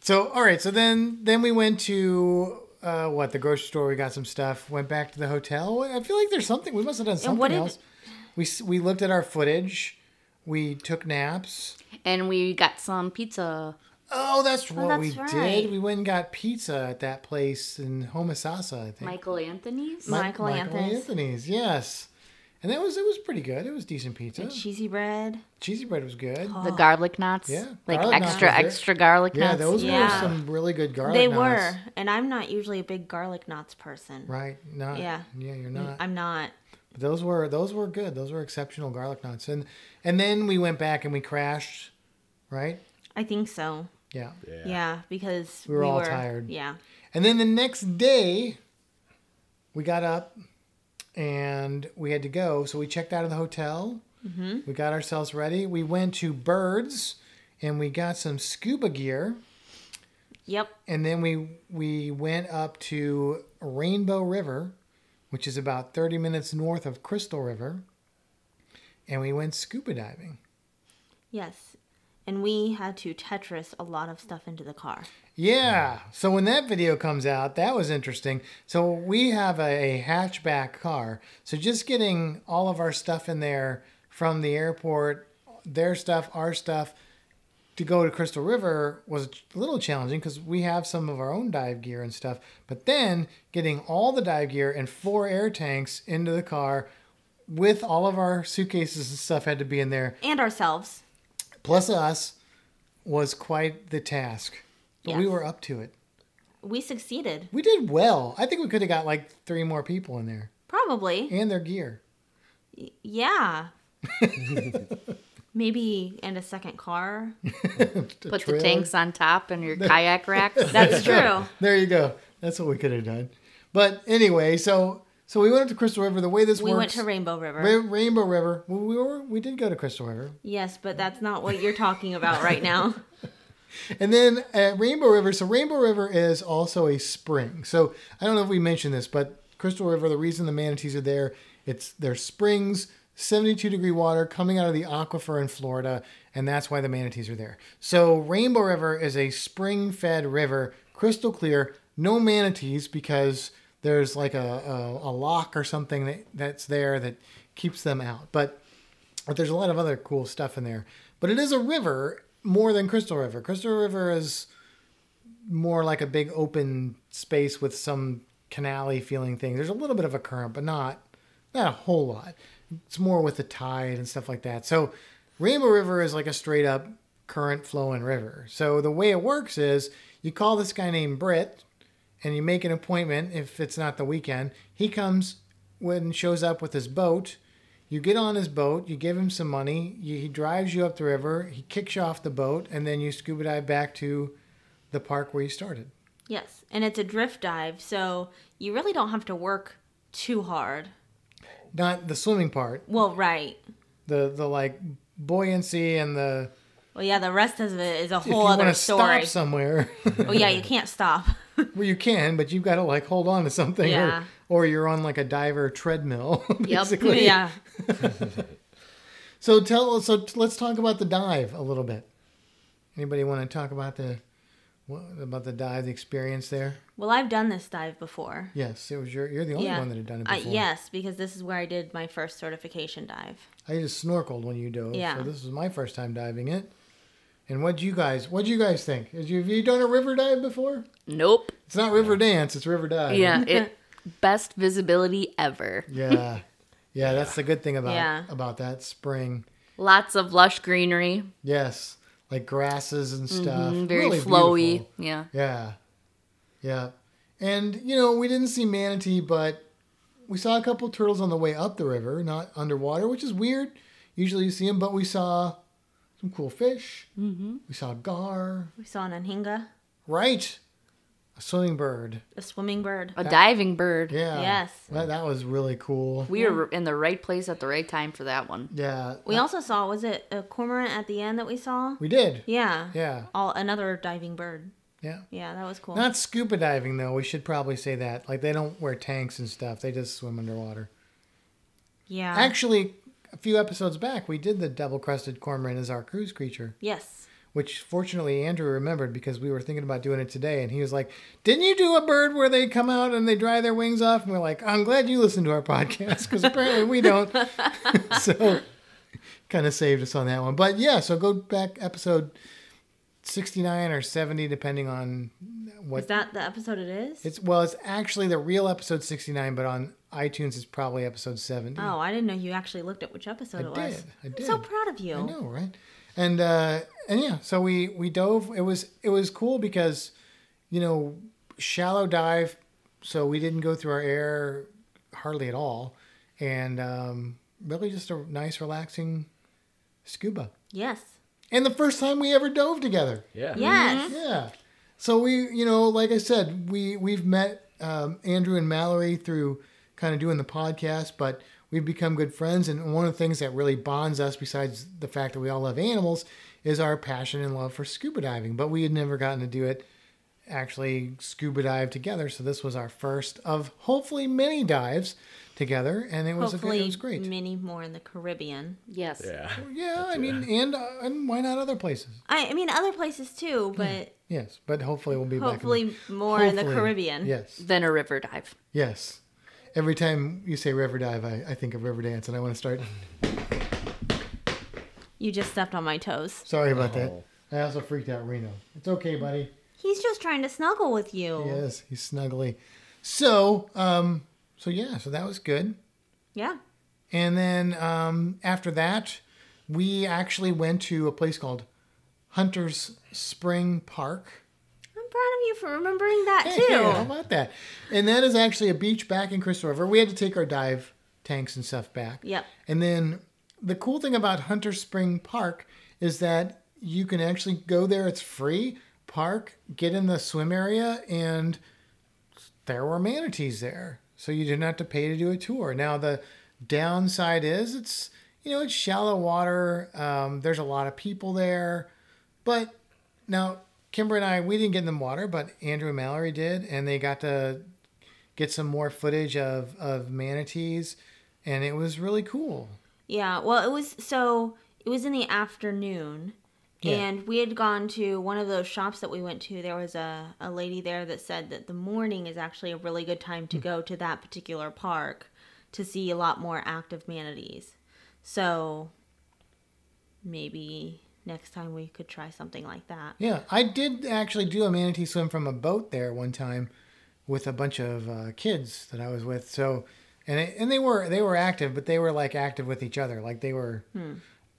So all right. So then then we went to. Uh, what the grocery store? We got some stuff. Went back to the hotel. I feel like there's something we must have done something
what did-
else. We s- we looked at our footage. We took naps.
And we got some pizza.
Oh, that's what we
that's
did.
right.
We went and got pizza at that place in Homosassa, I think.
Michael Anthony's.
Mi-
Michael Anthony's.
Anthony's, yes. And that was it was pretty good. It was decent pizza.
Cheesy bread.
Cheesy bread was good.
the garlic knots.
Yeah,
Like
garlic knots
extra,
was good.
extra garlic
yeah,
knots.
those were
yeah.
some really good garlic.
they
knots.
were, and I'm not usually a big garlic knots person.
right. Not, yeah,
Yeah.
yeah, you're not.
I'm not.
But those were those were good. Those were exceptional garlic knots. And and then we went back and we crashed, right?
I think so.
Yeah.
Yeah, because
We were all tired.
Yeah.
And then the next day, we got up and we had to go. So we checked out of the hotel. We got ourselves ready. We went to Birds and we got some scuba gear.
Yep.
And then we we went up to Rainbow River, which is about 30 minutes north of Crystal River. And we went scuba diving.
Yes. And we had to Tetris a lot of stuff into the car.
Yeah. So when that video comes out, that was interesting. So we have a, a hatchback car. So just getting all of our stuff in there from the airport, their stuff, our stuff, to go to Crystal River was a little challenging because we have some of our own dive gear and stuff. But then getting all the dive gear and four air tanks into the car with all of our suitcases and stuff had to be in there,
And ourselves.
plus us, was quite the task. But we
Yes.
were up to it.
We succeeded.
We did well. I think we could have got like three more people in there
Probably.
and their gear. [laughs]
Yeah. Maybe and a second car.
Put
trailer.
the tanks on top and
[laughs]
your kayak racks.
That's true.
There you go. That's what we could have done. But anyway, so so we went up to Crystal River. The way this
We
works,
went to Rainbow River.
Ra- Rainbow River. Well, we were we did go to Crystal River,
yes, but that's not what you're talking about right
[laughs]
now.
and then at Rainbow River. So Rainbow River is also a spring. So I don't know if we mentioned this, but Crystal River. The reason the manatees are there, it's their springs. 72 degree water coming out of the aquifer in Florida, and that's why the manatees are there. So, Rainbow River is a spring fed river, crystal clear, no manatees because there's like a, a, a lock or something that, that's there that keeps them out. But but there's a lot of other cool stuff in there. But it is a river more than Crystal River. Crystal River is more like a big open space with some canally feeling thing. There's a little bit of a current, but not not a whole lot. It's more with the tide and stuff like that. So Rainbow River is like a straight up current flowing river. So the way it works is you call this guy named Britt and you make an appointment if it's not the weekend. He comes when shows up with his boat. You get on his boat, you give him some money, you, he drives you up the river, he kicks you off the boat, and then you scuba dive back to the park where you started.
Yes, and it's a drift dive, so you really don't have to work too hard.
Not the swimming part,
Well, right.
the the like buoyancy and the
Well, yeah, the rest of it is a
if you
whole
want
other
to
story.
stop somewhere, [laughs]
Oh, yeah, you can't stop. [laughs]
well you can, but you've got to like hold on to something,
Yeah.
or, or you're on like a diver treadmill. [laughs]
Yep.
basically.
[laughs] yeah.
So tell so t- let's talk about the dive a little bit. Anybody want to talk about the what, about the dive, the experience there?
Well, I've done this dive before.
Yes, it was your. You're the only
yeah.
one that had done it
I-
before.
yes, because this is where I did my first certification dive.
I just snorkeled when you dove.
Yeah.
So this was my first time diving it. And what do you guys? What do you guys think? Is you, have you done a river dive before?
[laughs] nope.
It's not river dance. It's river dive.
Yeah. It best visibility ever.
Yeah. Yeah. That's the good thing about
Yeah.
about that spring.
Lots of lush greenery.
Yes. Like grasses and stuff.
Mm-hmm, Very
Really
flowy.
beautiful.
Yeah.
Yeah. Yeah. And, you know, we didn't see manatee, but we saw a couple turtles on the way up the river, not underwater, which is weird. Usually you see them, but we saw some cool fish. Mm-hmm. We saw gar.
We saw an anhinga,
Right. A swimming bird.
a swimming bird.
Oh,
A diving bird.
Yeah.
Yes.
That, that was really cool.
We were in the right place at the right time for that one.
Yeah.
We also saw, was it a cormorant at the end that we saw?
We did.
Yeah.
Yeah.
All another diving bird.
Yeah.
Yeah, that was cool.
Not scuba diving, though. We should probably say that. Like, they don't wear tanks and stuff, they just swim underwater.
yeah.
Actually, a few episodes back, we did the double crested cormorant as our cruise creature,
yes.
which fortunately Andrew remembered because we were thinking about doing it today. And he was like, Didn't you do a bird where they come out and they dry their wings off? And we're like, I'm glad you listened to our podcast because apparently we
[laughs]
don't. [laughs] so kind of saved us on that one. But yeah, so go back episode 69 or 70, depending on
Is
what.
that the episode it is?
It's well, it's actually the real episode 69, but on iTunes, it's probably episode 70.
Oh, I didn't know you actually looked at which episode it
I
was.
did. I
am so
did.
proud of you.
I know, right? And uh, and yeah, so we we dove. It was it was cool because, you know, shallow dive, so we didn't go through our air hardly at all, and um, really just a nice relaxing scuba.
Yes.
And the first time we ever dove together.
Yeah.
Yes.
Mm-hmm. Yeah. So we, you know, like I said, we we've met um, Andrew and Mallory through kind of doing the podcast, but We've become good friends, and one of the things that really bonds us, besides the fact that we all love animals, is our passion and love for scuba diving. But we had never gotten to do it actually scuba dive together, so this was our first of hopefully many dives together, and it was
Hopefully,
it was great.
many more in the Caribbean.
Yes.
Yeah.
yeah, I mean, and uh, and why not other places?
I, I mean, other places too,
Hmm.
but
Yes, but hopefully we'll be back.
hopefully
in
more
the-
in the
hopefully,
Caribbean.
Yes.
Then a river dive.
Yes. Every time you say river dive, I, I think of river dance, and I want to start. [laughs]
You just stepped on my toes.
Sorry about that. I also freaked out Reno. It's okay, buddy.
He's just trying to snuggle with you.
Yes, he's snuggly. So, um, so yeah, so that was good.
Yeah.
And then um, after that, we actually went to a place called Hunter's Spring Park.
I'm proud of you for remembering that
Hey,
too.
hey, how about that? And that is actually a beach back in Crystal River. We had to take our dive tanks and stuff back.
Yep.
And then the cool thing about Hunter Spring Park is that you can actually go there. It's free. Park, get in the swim area, and there were manatees there. So you didn't have to pay to do a tour. Now the downside is it's you know it's shallow water. Um, there's a lot of people there, but now Kimber and I we didn't get in the water, but Andrew and Mallory did, and they got to get some more footage of of manatees, and it was really cool.
Yeah, well, it was so it was in the afternoon,
Yeah.
and we had gone to one of those shops that we went to. There was a, a lady there that said that the morning is actually a really good time
Hmm.
to go to that particular park to see a lot more active manatees. So maybe next time we could try something like that.
Yeah, I did actually do a manatee swim from a boat there one time with a bunch of uh, kids that I was with. So, and it, and they were they were active, but they were like active with each other, like they were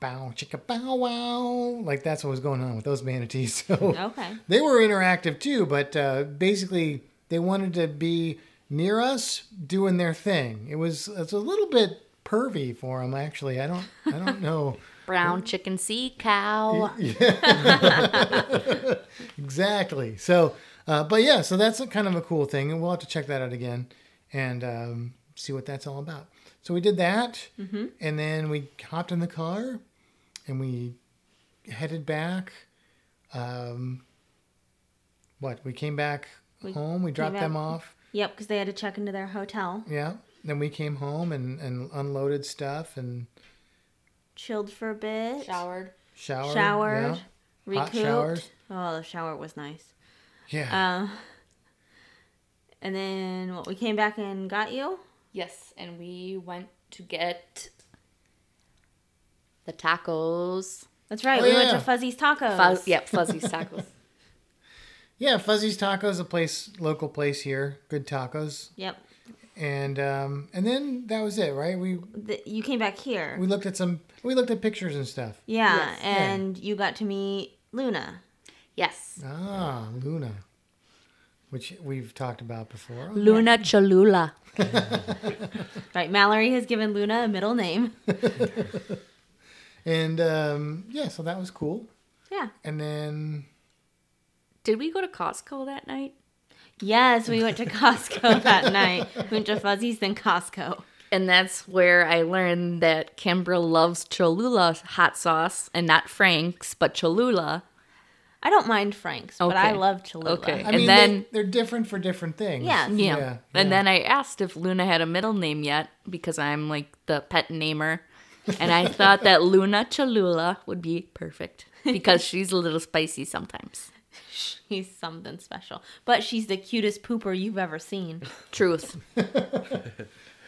bow chicka bow wow, like that's what was going on with those manatees. [laughs] So
Okay.
they were interactive too, but uh, basically they wanted to be near us doing their thing. It was it's a little bit pervy for them actually. I don't I don't know. [laughs]
Brown chicken sea cow.
Exactly. So, uh, but yeah, so that's a kind of a cool thing, and we'll have to check that out again and um, see what that's all about. So we did that,
Mm-hmm.
and then we hopped in the car and we headed back. Um, what? We came back
We
home. We dropped
back-
them off.
Yep, because they had to check into their hotel,
Yeah. Then we came home and, and unloaded stuff and
chilled for a bit,
Showered.
showered.
showered,
yeah. Hot
recouped.
showers.
Oh, the shower was nice.
Um,
Uh,
Yeah.
And then what we came back and got you?
Yes, and we went to get the tacos.
That's right.
Oh,
we
yeah.
went to Fuzzy's Tacos.
Fuzz, yep, [laughs] Fuzzy's tacos.
yeah. Fuzzy's Tacos, a place, local place here. Good tacos.
Yep.
and um, and then that was it, right? We
The, you came back here.
we looked at some we looked at pictures and stuff.
yeah,
Yes.
and you got to meet Luna.
Yes.
Ah, Luna, which we've talked about before.
Luna Cholula.
Right. Mallory has given Luna a middle name.
[laughs] And um, yeah, so that was cool.
Yeah.
And then
Did we go to Costco that night?
Yes, we went to Costco that night. We went to Fuzzy's then Costco.
And that's where I learned that Kimbra loves Cholula hot sauce and not Frank's, but Cholula.
I don't mind Frank's, but I
Okay.
love Cholula.
Okay.
I
And
mean,
then-
they, are different for different things.
Yeah.
Yeah.
Yeah,
And
yeah.
then I asked if Luna had a middle name yet because I'm like the pet namer. And [laughs] I thought that Luna Cholula would be perfect because she's a little spicy sometimes.
She's something special. But she's the cutest pooper you've ever seen.
Truth.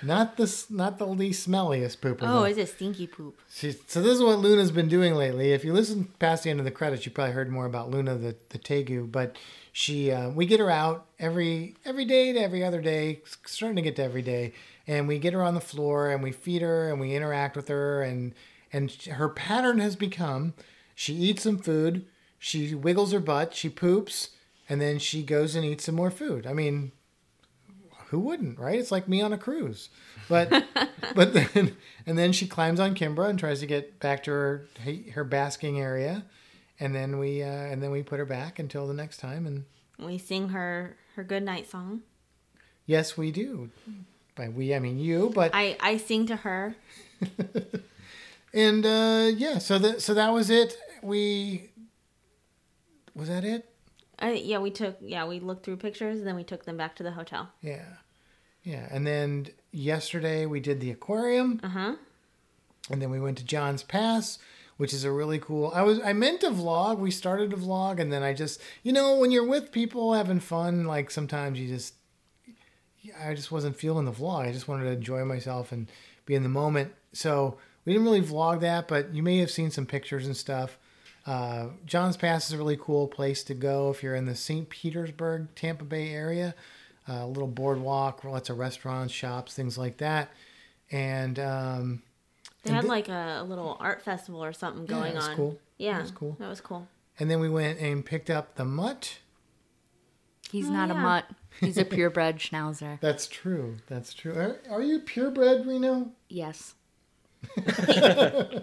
not this, not the least smelliest pooper.
Oh,
though.
it's a stinky poop.
She's, so this is what Luna's been doing lately. If you listen past the end of the credits, you probably heard more about Luna the the Tegu. But she, uh, we get her out every every day to every other day, starting to get to every day, and we get her on the floor and we feed her and we interact with her and and sh- her pattern has become she eats some food, she wiggles her butt, she poops, and then she goes and eats some more food. I mean, who wouldn't, right? It's like me on a cruise. But but then and then she climbs on Kimbra and tries to get back to her her basking area, and then we uh, and then we put her back until the next time. And
We sing her her good night song.
yes, we do. by we I mean you, but
I, I sing to her.
and uh, yeah, so that so that was it. We was that it?
I, Uh, yeah, we took yeah we looked through pictures and then we took them back to the hotel.
Yeah, yeah, and then yesterday we did the aquarium. Uh huh. And then we went to John's Pass, which is a really cool. I was I meant to vlog. We started to vlog, and then I just you know when you're with people having fun, like sometimes you just I just wasn't feeling the vlog. I just wanted to enjoy myself and be in the moment. So we didn't really vlog that, but you may have seen some pictures and stuff. Uh, John's Pass is a really cool place to go if you're in the St. Petersburg, Tampa Bay area. Uh, A little boardwalk, lots of restaurants, shops, things like that. And um,
They had like a, a little art festival or something going
that's
on.
cool.
Yeah,
That's cool.
That was cool.
and then we went and picked up the mutt.
He's not a
yeah.
mutt. He's a purebred schnauzer.
That's true. That's true. Are, are you purebred, Reno?
Yes.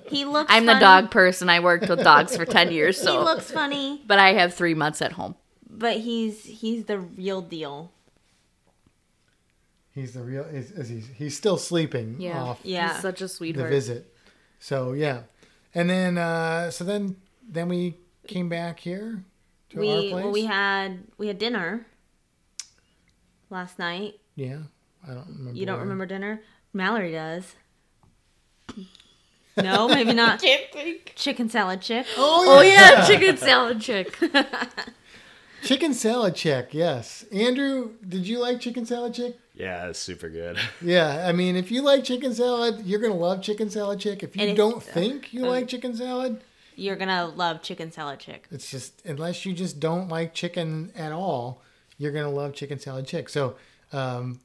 He looks.
I'm the
funny.
dog person. I worked with dogs for 10 years,
He
so.
looks funny,
but I have three mutts at home.
but he's he's the real deal.
He's the real. Is, is he, he's still sleeping off
Yeah.
He's such a
Oh, the
sweetheart.
visit. So yeah, and then uh, so then then we came back here to our
we
place.
well, we had we had dinner last night.
yeah, I don't remember.
You don't
where.
remember dinner? Mallory does. No, maybe not.
[laughs] Can't think.
Chicken salad chick.
Oh
Oh,
yeah,
yeah, chicken salad chick.
chicken salad chick. Yes, Andrew, did you like chicken salad chick?
Yeah, it's super good. [laughs]
Yeah, I mean, if you like chicken salad, you're gonna love chicken salad chick. If you
And uh, if-
don't think you like chicken salad,
[laughs] You're gonna love chicken salad chick.
It's just unless you just don't like chicken at all, you're gonna love chicken salad chick. So, um,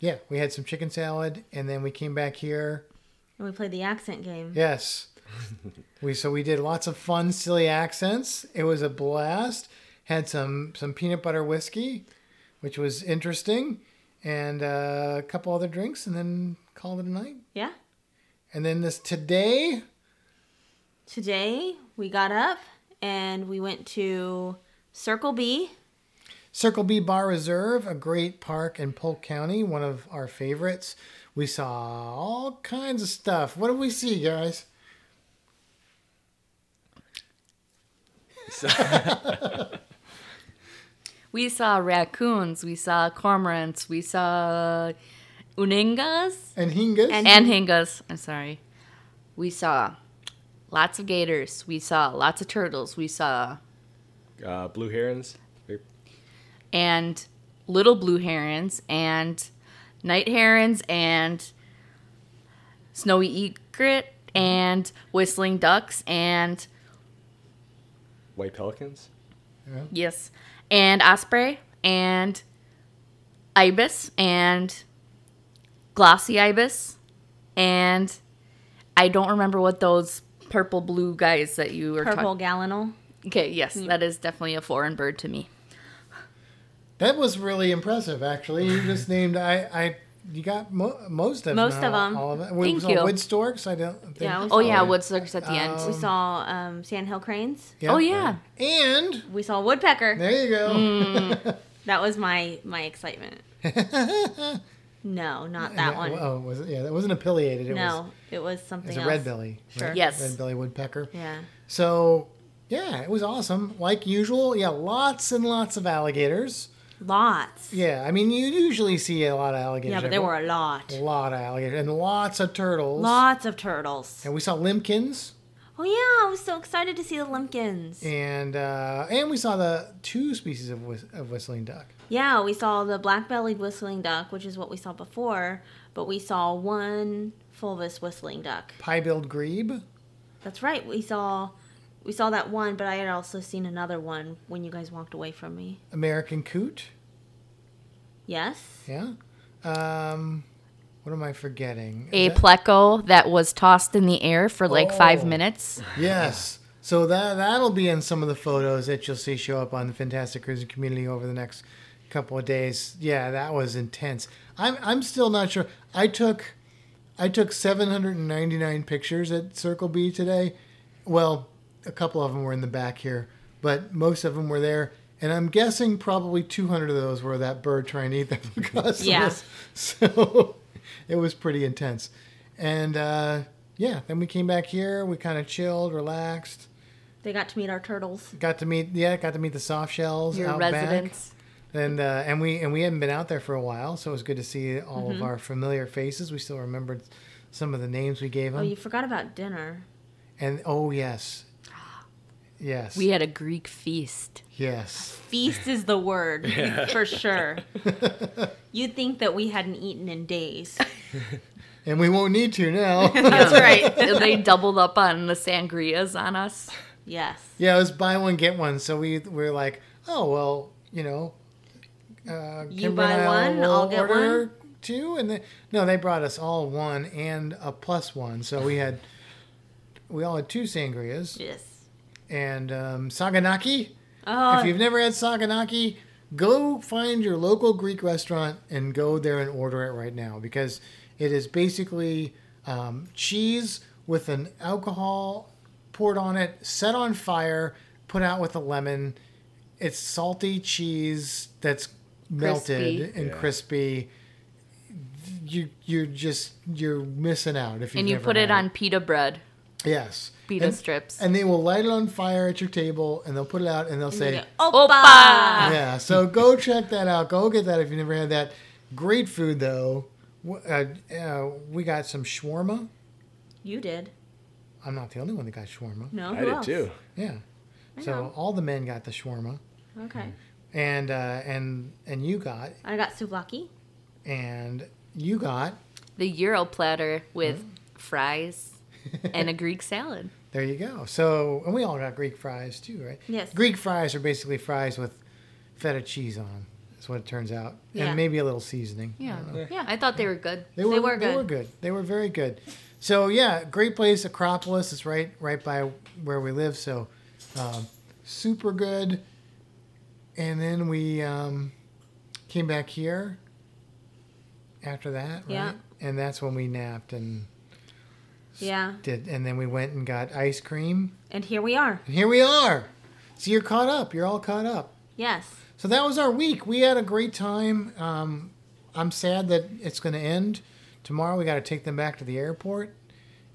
yeah, we had some chicken salad, and then we came back here.
And we played the accent game.
Yes, we so we did lots of fun, silly accents. It was a blast. Had some some peanut butter whiskey, which was interesting, and uh, a couple other drinks, and then called it a night.
Yeah.
And then this today,
Today we got up and we went to Circle B.
Circle B Bar Reserve, a great park in Polk County, one of our favorites. We saw all kinds of stuff. What did we see, guys?
We saw raccoons. We saw cormorants. We saw uningas
And Hingas.
And-
and hingas. I'm sorry. We saw lots of gators. We saw lots of turtles. We saw
Uh, blue herons.
and little blue herons and night herons and snowy egret and whistling ducks and
White pelicans.
yes and osprey and ibis and glossy ibis and I don't remember what those purple blue guys that you were
Purple
talking.
Gallinal.
Okay, yes, that is definitely a foreign bird to me.
that was really impressive, actually. You just named I. I you got mo- most of
Most
them.
of them.
All of it. We
Thank
saw
you.
wood storks. I don't. Think
Yeah, we
Oh
saw-
yeah, Oh, wood circus at the end.
We saw um, sandhill cranes.
oh yeah.
And
We saw woodpecker.
there you go.
Mm, That was my my excitement. no, not that
Yeah,
one.
Oh, was it? Yeah, that wasn't affiliated. It was.
no, it was
It
something
was a
else.
red belly.
Sure.
Yes.
Red belly woodpecker.
Yeah.
So yeah, it was awesome. Like usual, yeah, lots and lots of alligators.
Lots.
Yeah, I mean you usually see a lot of alligators.
Yeah, but there were a lot.
a lot of alligators and lots of turtles.
Lots of turtles.
And we saw limpkins,
Oh yeah, I was so excited to see the limpkins.
and uh, and we saw the two species of, whis- of whistling duck.
Yeah, we saw the black-bellied whistling duck, which is what we saw before, but we saw one fulvous whistling duck.
Piebilled grebe.
That's right. We saw we saw that one, but I had also seen another one when you guys walked away from me.
American coot.
Yes.
Yeah. Um, what am I forgetting?
a pleco that was tossed in the air for like five
Oh.
minutes.
Yes. So that that'll be in some of the photos that you'll see show up on the Fantastic Cruising community over the next couple of days. Yeah, that was intense. I'm I'm still not sure. I took I took 799 pictures at Circle B today. Well, a couple of them were in the back here, but most of them were there. And I'm guessing probably 200 of those were that bird trying to eat that [laughs] Picasso.
Yeah.
So [laughs] it was pretty intense. And uh, yeah, then we came back here. We kind of chilled, relaxed.
They got to meet our turtles.
Got to meet, yeah, got to meet the soft shells.
Your
out Back.
residents.
And uh, and we and we hadn't been out there for a while, so it was good to see all of our familiar faces. We still remembered some of the names we gave them.
Oh, you forgot about dinner.
and oh yes, yes,
We had a Greek feast.
yes.
Feast is the word for sure. You'd think that we hadn't eaten in days.
And we won't need to
[laughs]
now.
That's right.
[laughs]
they doubled up on the sangrias on us.
Yes.
yeah, it was buy one get one. So we we are like, oh well, you know, uh,
You
Kimber and
buy
I
one,
will
I'll get
order
one?
two, and then no, they brought us all one and a plus one. So we had we all had two sangrias
Yes.
and um, saganaki.
Oh,
Uh-huh.
if you've never had saganaki, go find your local Greek restaurant and go there and order it right now because it is basically um, cheese with an alcohol poured on it, set on fire, put out with a lemon. It's salty cheese that's melted
Crispy.
and
Yeah.
crispy. You you're just you're missing out if you
And you put it on pita bread.
yes
pita
And-
strips.
and they will light it on fire at your table and they'll put it out and they'll
you
say
go,
Opa!
Opa!
yeah, so go check that out. Go get that if you never had that. Great food though. W- Uh, uh, we got some shawarma.
You did.
I'm not the only one that got shawarma.
No,
I
who
did
else?
too.
Yeah, so all the men got the shawarma,
Okay.
and uh, and and you got
I got souvlaki.
and you got.
The Euro platter with fries and a Greek salad.
There you go. So and we all got Greek fries too, right?
Yes.
Greek fries are basically fries with feta cheese on. 'em. That's what it turns out,
Yeah.
and maybe a little seasoning.
Yeah. Yeah. I thought they were good.
They were,
They were
They
good.
were good. They were very good. So yeah, great place, Acropolis. It's right right by where we live, so um, super good. And then we um, came back here after that, right?
Yeah.
And that's when we napped and
Yeah.
did, and then we went and got ice cream.
And here we are.
And here we are. So you're caught up. You're all caught up.
Yes.
So that was our week. We had a great time. Um, I'm sad that it's going to end. Tomorrow we got to take them back to the airport,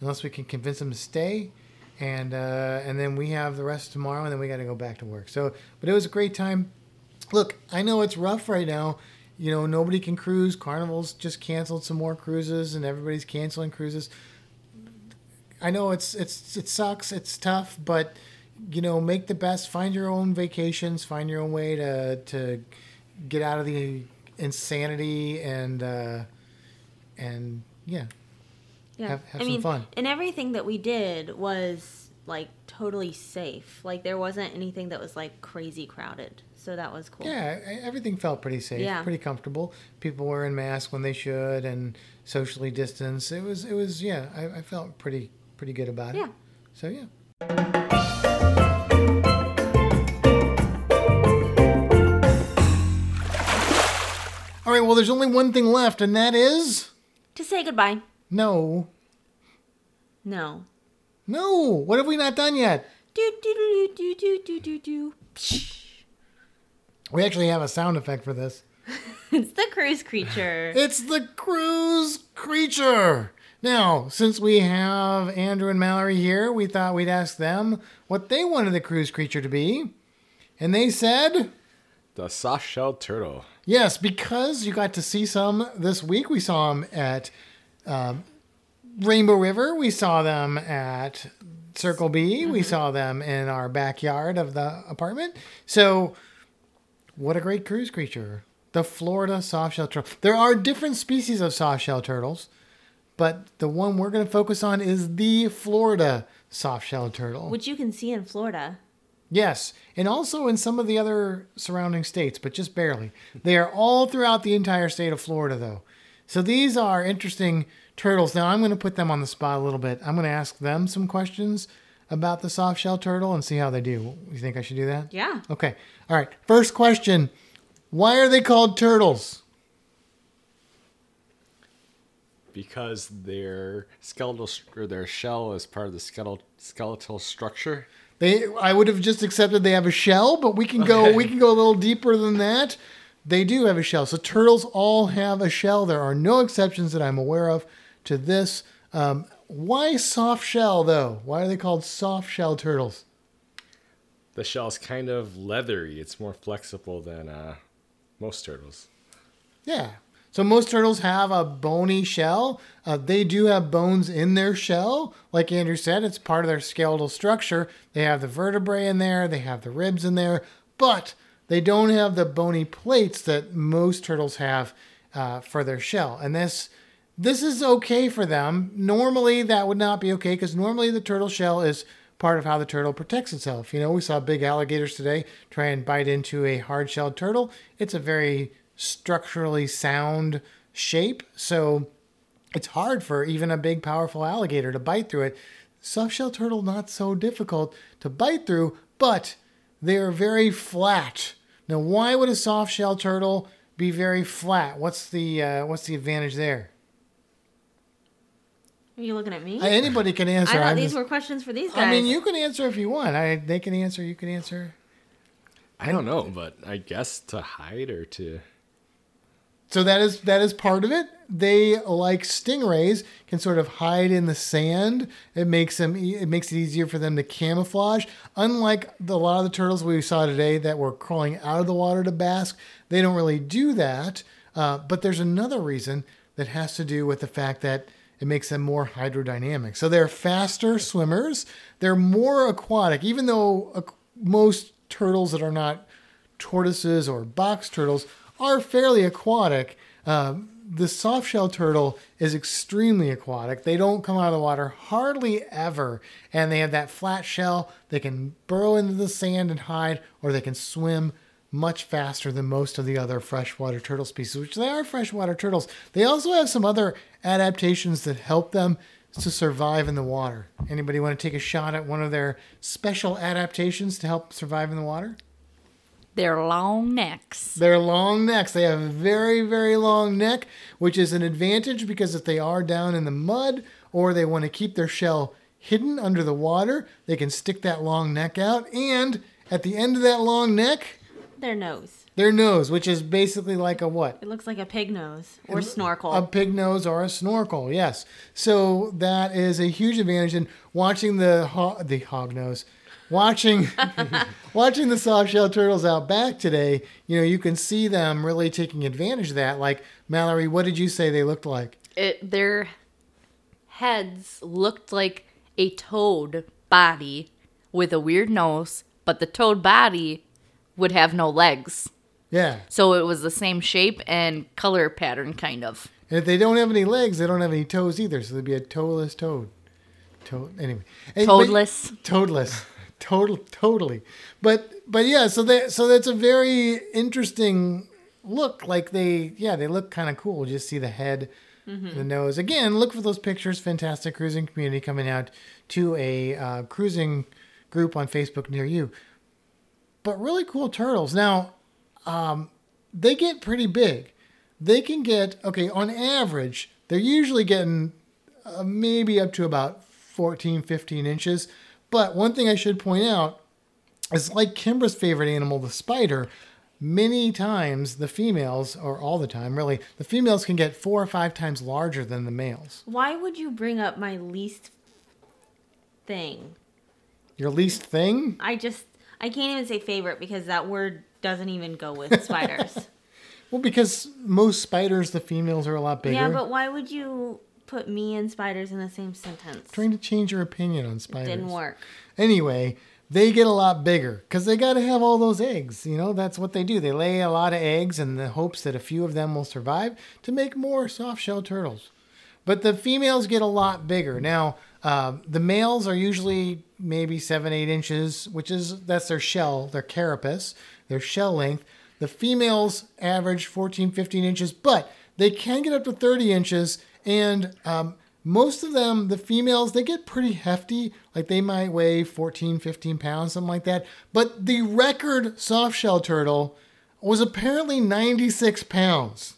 unless we can convince them to stay, and uh, and then we have the rest tomorrow, and then we got to go back to work. So, but it was a great time. Look, I know it's rough right now. You know, nobody can cruise. Carnival's just canceled some more cruises, and everybody's canceling cruises. I know it's it's it sucks. It's tough, but you know, make the best. Find your own vacations. Find your own way to to get out of the insanity and uh, and yeah,
Yeah.
Have- have
I
some
mean,
fun.
And everything that we did was like totally safe. Like there wasn't anything that was like crazy crowded. So that was cool.
yeah. e- Everything felt pretty safe,
Yeah.
pretty comfortable. People wearing masks when they should and socially distanced. It was it was yeah. I, I felt pretty pretty good about it.
Yeah.
So yeah. All right, well, there's only one thing left, and that is
To say goodbye.
no,
No.
no. What have we not done yet?
Do do do do do do do do. [laughs]
We actually have a sound effect for this.
It's the cruise creature.
It's the cruise creature. Now, since we have Andrew and Mallory here, we thought we'd ask them what they wanted the cruise creature to be. And they said,
The soft shelled turtle.
yes, because you got to see some this week. We saw them at um, Rainbow River, we saw them at Circle B, we saw them in our backyard of the apartment. So, What a great cruise creature. The Florida softshell turtle. There are different species of softshell turtles, but the one we're going to focus on is the Florida softshell turtle.
Which you can see in Florida.
yes, and also in some of the other surrounding states, but just barely. They are all throughout the entire state of Florida, though. So these are interesting turtles. Now I'm going to put them on the spot a little bit. I'm going to ask them some questions about the softshell turtle and see how they do. You think I should do that?
Yeah.
Okay. All right. First question Why are they called turtles?
Because their skeletal s- or their shell is part of the skeletal skeletal structure.
They, I would have just accepted they have a shell, but we can go we can go a little deeper than that. They do have a shell. So turtles all have a shell. There are no exceptions that I'm aware of to this. Um, why soft shell though? Why are they called soft shell turtles?
The shell's kind of leathery. It's more flexible than uh, most turtles.
Yeah. So most turtles have a bony shell. Uh, they do have bones in their shell. Like Andrew said, it's part of their skeletal structure. They have the vertebrae in there, they have the ribs in there, but they don't have the bony plates that most turtles have uh, for their shell. And this this is okay for them. Normally, that would not be okay because normally the turtle shell is part of how the turtle protects itself. You know, we saw big alligators today try and bite into a hard shelled turtle. It's a very structurally sound shape, so it's hard for even a big, powerful alligator to bite through it. Soft shell turtle, not so difficult to bite through, but they are very flat. Now, why would a soft shell turtle be very flat? What's the uh, what's the advantage there?
Are you looking at me? I,
Anybody can answer.
thought
I'm
these
just-
were questions for these guys.
I mean, you can answer if you want. I they can answer. You can answer.
I don't know, but I guess to hide or to
So that is that is part of it. They like stingrays can sort of hide in the sand. It makes them e- it makes it easier for them to camouflage. Unlike the, a lot of the turtles we saw today that were crawling out of the water to bask, they don't really do that. Uh, but there's another reason that has to do with the fact that it makes them more hydrodynamic. So they're faster swimmers. They're more aquatic, even though uh, most turtles that are not tortoises or box turtles are fairly aquatic. Um, the softshell turtle is extremely aquatic. They don't come out of the water hardly ever, and they have that flat shell. They can burrow into the sand and hide, or they can swim much faster than most of the other freshwater turtle species, which they are freshwater turtles. They also have some other adaptations that help them to survive in the water. Anybody want to take a shot at one of their special adaptations to help survive in the water?
They're long necks.
Their long necks. They have a very, very long neck, which is an advantage because if they are down in the mud or they want to keep their shell hidden under the water, they can stick that long neck out. And at the end of that long neck,
Their nose.
their nose, which is basically like a what?
It looks like a pig nose or snorkel.
A pig nose or a snorkel, yes. So that is a huge advantage. And watching the ho- the hog nose, watching [laughs] watching the soft shell turtles out back today, you know, you can see them really taking advantage of that. Like Mallory, what did you say they looked like?
It, their heads looked like a toad body with a weird nose, but the toad body would have no legs.
Yeah.
So it was the same shape and color pattern, kind of.
And if they don't have any legs, they don't have any toes either. So they'd be a toeless toad. Toad. Anyway. Hey, but-
Toadless.
Toadless. [laughs] Total. Totally. But but yeah. So that so that's a very interesting look. Like they yeah they look kind of cool. Just see the head, the nose. Again, look for those pictures. Fantastic cruising community coming out to a uh, cruising group on Facebook near you. But really cool turtles. Now um, they get pretty big. They can get okay on average. They're usually getting uh, maybe up to about 14, 15 inches. But one thing I should point out is like Kimbra's favorite animal, the spider. Many times the females, or all the time really, the females can get four or five times larger than the males.
Why would you bring up my least thing?
Your least thing,
I just I can't even say favorite because that word doesn't even
[laughs]
go with spiders.
well, because most spiders, the females are a lot bigger.
yeah, but why would you put me and spiders in the same sentence?
trying to change your opinion on spiders
Didn't work.
anyway they get a lot bigger because they got to have all those eggs you know that's what they do they lay a lot of eggs in the hopes that a few of them will survive to make more soft shell turtles but the females get a lot bigger now um, the males are usually maybe seven eight inches which is that's their shell their carapace their shell length the females average 14 15 inches but they can get up to 30 inches and um, most of them the females they get pretty hefty like they might weigh 14 15 pounds something like that but the record softshell turtle was apparently 96 pounds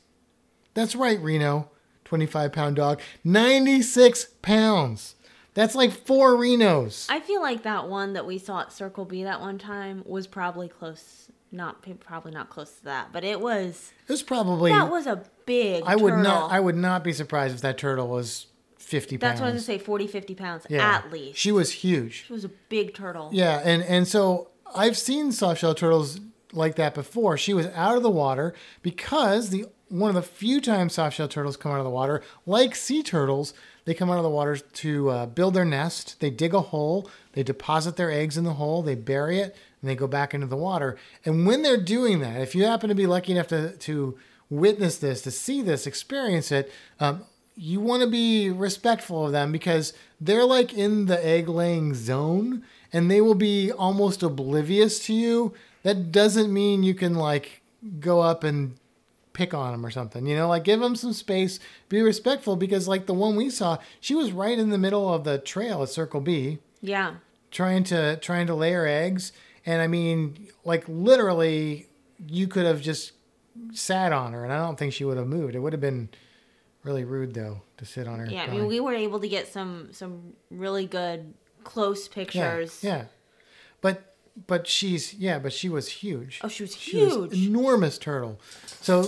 that's right, Reno, 25 pound dog. 96 pounds. That's like four Renos.
I feel like that one that we saw at Circle B that one time was probably close. Not probably not close to that, but it was.
It's probably.
That was a big.
I would
turtle.
not. I would not be surprised if that turtle was fifty
That's
pounds.
what I was gonna say. 40, 50 pounds
Yeah.
at least. She
She was huge.
was a big turtle.
Yeah, and and so I've seen softshell turtles like that before. She was out of the water because the one of the few times softshell turtles come out of the water, like sea turtles, they come out of the water to uh, build their nest. They dig a hole, they deposit their eggs in the hole, they bury it, and they go back into the water. And when they're doing that, if you happen to be lucky enough to to witness this, to see this, experience it, um, you want to be respectful of them because they're like in the egg laying zone and they will be almost oblivious to you. That doesn't mean you can like go up and pick on them or something. You know, like give them some space, be respectful because like the one we saw, she was right in the middle of the trail at Circle B
Yeah.
trying to trying to lay her eggs and i mean like literally you could have just sat on her and i don't think she would have moved it would have been really rude though to sit on her
Yeah. I
going-
mean, we were able to get some some really good close
yeah,
pictures.
yeah but but she's yeah but she was huge
Oh, she was
She was
huge.
enormous turtle so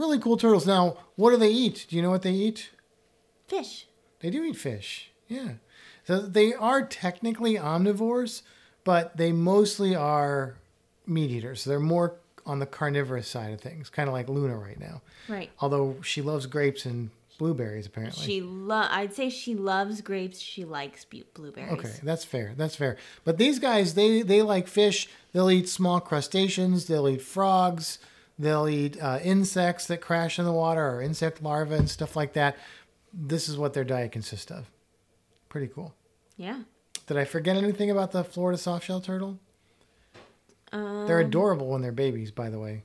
really cool turtles now what do they eat do you know what they eat
Fish.
They do eat fish. Yeah. So they are technically omnivores, but they mostly are meat eaters. So they're more on the carnivorous side of things, kind of like Luna right now.
Right.
Although she loves grapes and blueberries, apparently.
She lo- I'd say she loves grapes. She likes bu- blueberries.
Okay, that's fair. That's fair. But these guys, they they like fish. They'll eat small crustaceans. They'll eat frogs. They'll eat uh, insects that crash in the water or insect larvae and stuff like that. This is what their diet consists of. Pretty cool.
Yeah.
Did I forget anything about the Florida softshell turtle?
Um,
they're adorable when they're babies, by the way.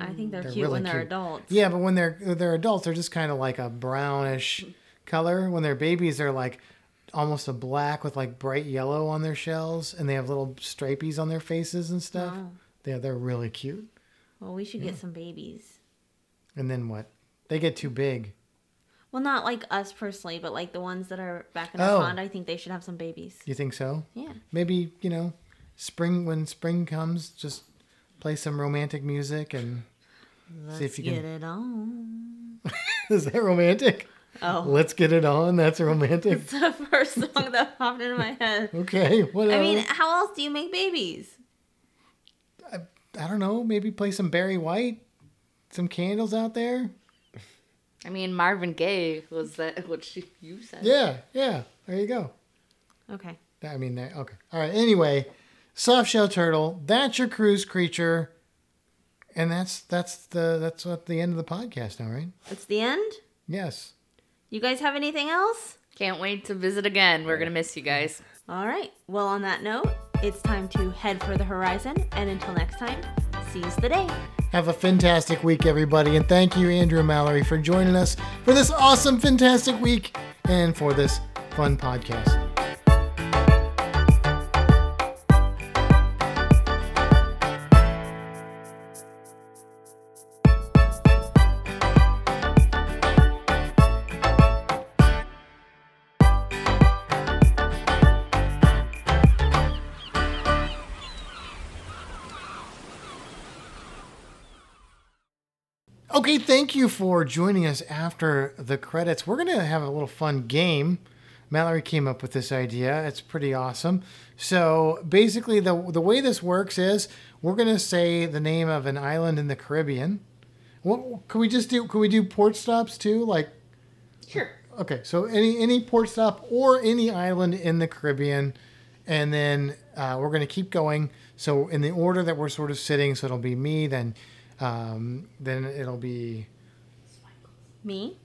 I think they're,
They're
cute when
really
they're
cute.
adults.
Yeah, but when they're they're adults, they're just kind of like a brownish color. When they're babies, they're like almost a black with like bright yellow on their shells, and they have little stripies on their faces and stuff.
Wow.
Yeah, they're really cute.
Well, we should get some babies.
And then what? They get too big.
Well, not like us personally, but like the ones that are back in
Oh.
the pond. I think they should have some babies.
You think so?
Yeah.
Maybe you know, spring when spring comes, just play some romantic music and see if you
Get
can.
it on.
[laughs] Is that romantic?
Oh,
Let's get it on. That's
[laughs]
romantic.
it's [laughs] the first song that popped into my head.
Okay, whatever.
I mean, how else do you make babies?
I don't know. Maybe play some Barry White, some candles out there.
I mean, Marvin Gaye was that [laughs] what she, you said.
Yeah, yeah. There you go.
Okay.
I mean, there- okay. All right. Anyway, soft shell turtle. That's your cruise creature, and that's that's the that's what the end of the podcast now, right?
That's the end.
Yes.
You guys have anything else?
Can't wait to visit again. We're gonna miss you guys.
All right. Well, on that note, it's time to head for the horizon. And until next time, seize the day.
Have a fantastic week, everybody, and thank you, Andrew and Mallory, for joining us for this awesome, fantastic week and for this fun podcast. Okay, thank you for joining us after the credits. We're going to have a little fun game. Mallory came up with this idea. It's pretty awesome. So, basically the the way this works is we're going to say the name of an island in the Caribbean. What can we just do can we do port stops too? Like
Sure.
okay, so any any port stop or any island in the Caribbean and then uh, we're going to keep going. So, in the order that we're sort of sitting, so it'll be me, then um, then it'll be
Me?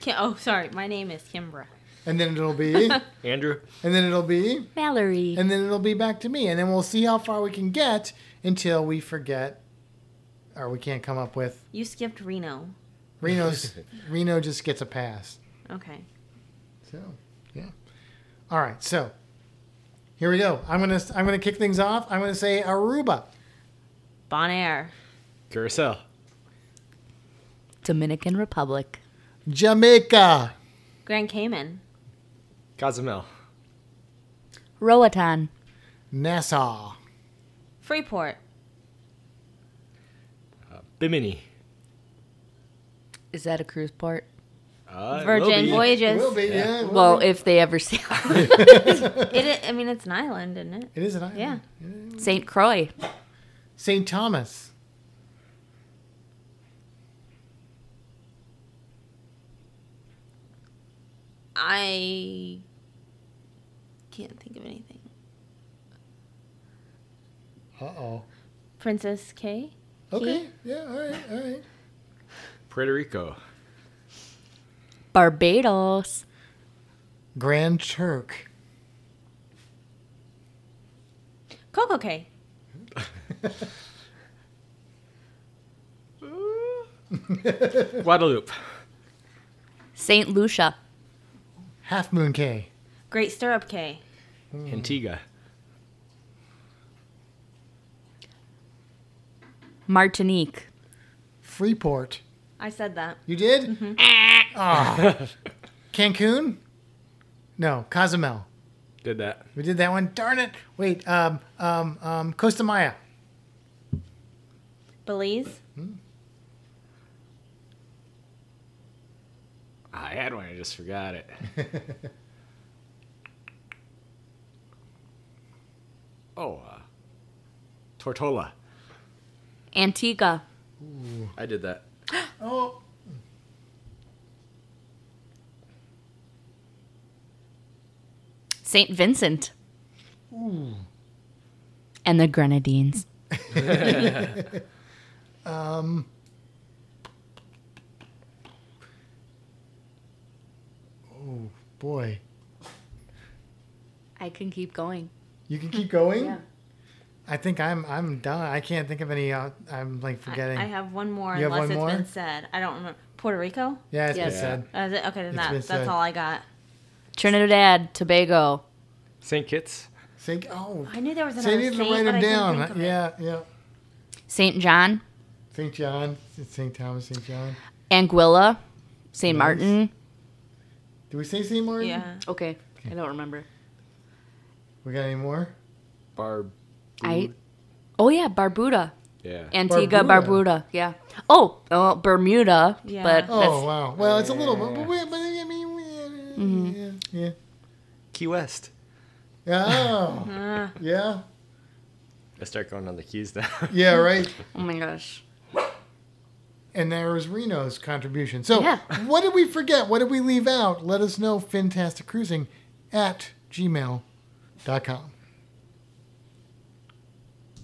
Ki- oh, sorry. My name is Kimbra.
and then
[laughs]
it'll be, and
Andrew,
then it'll be,
Mallory.
and then it'll be back to me, and then we'll see how far we can get until we forget, or we can't come up with.
You skipped Reno.
Reno's Reno just gets a pass.
Okay.
So yeah, all right. So here we go. I'm gonna I'm gonna kick things off. I'm gonna say Aruba,
Bonaire.
Curacao,
Dominican Republic.
Jamaica,
Grand Cayman.
Cozumel,
Roatan.
Nassau.
Freeport.
Bimini.
Is that a cruise port?
Uh, it will
Virgin
be.
Voyages.
Will be, yeah. will
Well,
be.
if they ever [laughs] sail.
[laughs] It, I- I mean, it's an island, isn't it?
it is an island.
Yeah.
St. Croix.
St. Thomas.
I can't think of anything.
Uh oh.
Princess K?
Okay. Yeah. All right. All right.
Puerto Rico.
Barbados.
Grand Turk.
Coco K.
Guadeloupe.
St. Lucia.
Half Moon K.
Great Stirrup K.
Antigua.
Martinique.
Freeport.
I said that.
You did? Mm-hmm. Cancun? No. Cozumel.
Did that.
We did that one. Darn it. Wait. Um. Um. Um. Costa Maya.
Belize?
Ah, I had one. I just forgot [laughs] it. oh, uh, Tortola.
Antigua.
I did that.
Oh.
St. Vincent. And the Grenadines.
Boy.
I can keep going.
You can keep going.
Yeah.
I think I'm. I'm done. I can't think of any. Uh, I'm like
I-
forgetting.
I, have one more
You have
unless
one
it's
more?
been said. I don't remember. Puerto Rico?
yeah. It's
Yes.
been said.
Uh, is it? Okay, then
It's
that,
been
that's
said.
all I got.
Trinidad, Tobago.
St. Kitts.
Think. Oh.
I knew there was
So you
another
need
saint,
to write
but
them
I couldn't think
down.
of it.
Yeah. Yeah.
St. John.
St. John. St. Thomas. St. John.
Anguilla. St. Martin.
Did we say St. Martin?
Yeah.
Okay. I don't remember.
We got any more?
Barb.
I. Oh yeah, Barbuda.
Yeah.
Antigua,
Barbuda.
Barbuda. Yeah. Oh, oh, Bermuda.
Yeah.
But
Oh
that's-
wow. Well, it's a little. But, but, we- but I mean, we-
Mm-hmm.
yeah.
Key West.
Yeah. Oh.
Uh,
yeah.
I start going on the keys now. [laughs]
Yeah. Right.
oh my gosh.
And there was Reno's contribution. So,
Yeah.
what did we forget? What did we leave out? Let us know. Fantastic Cruising at gmail.com.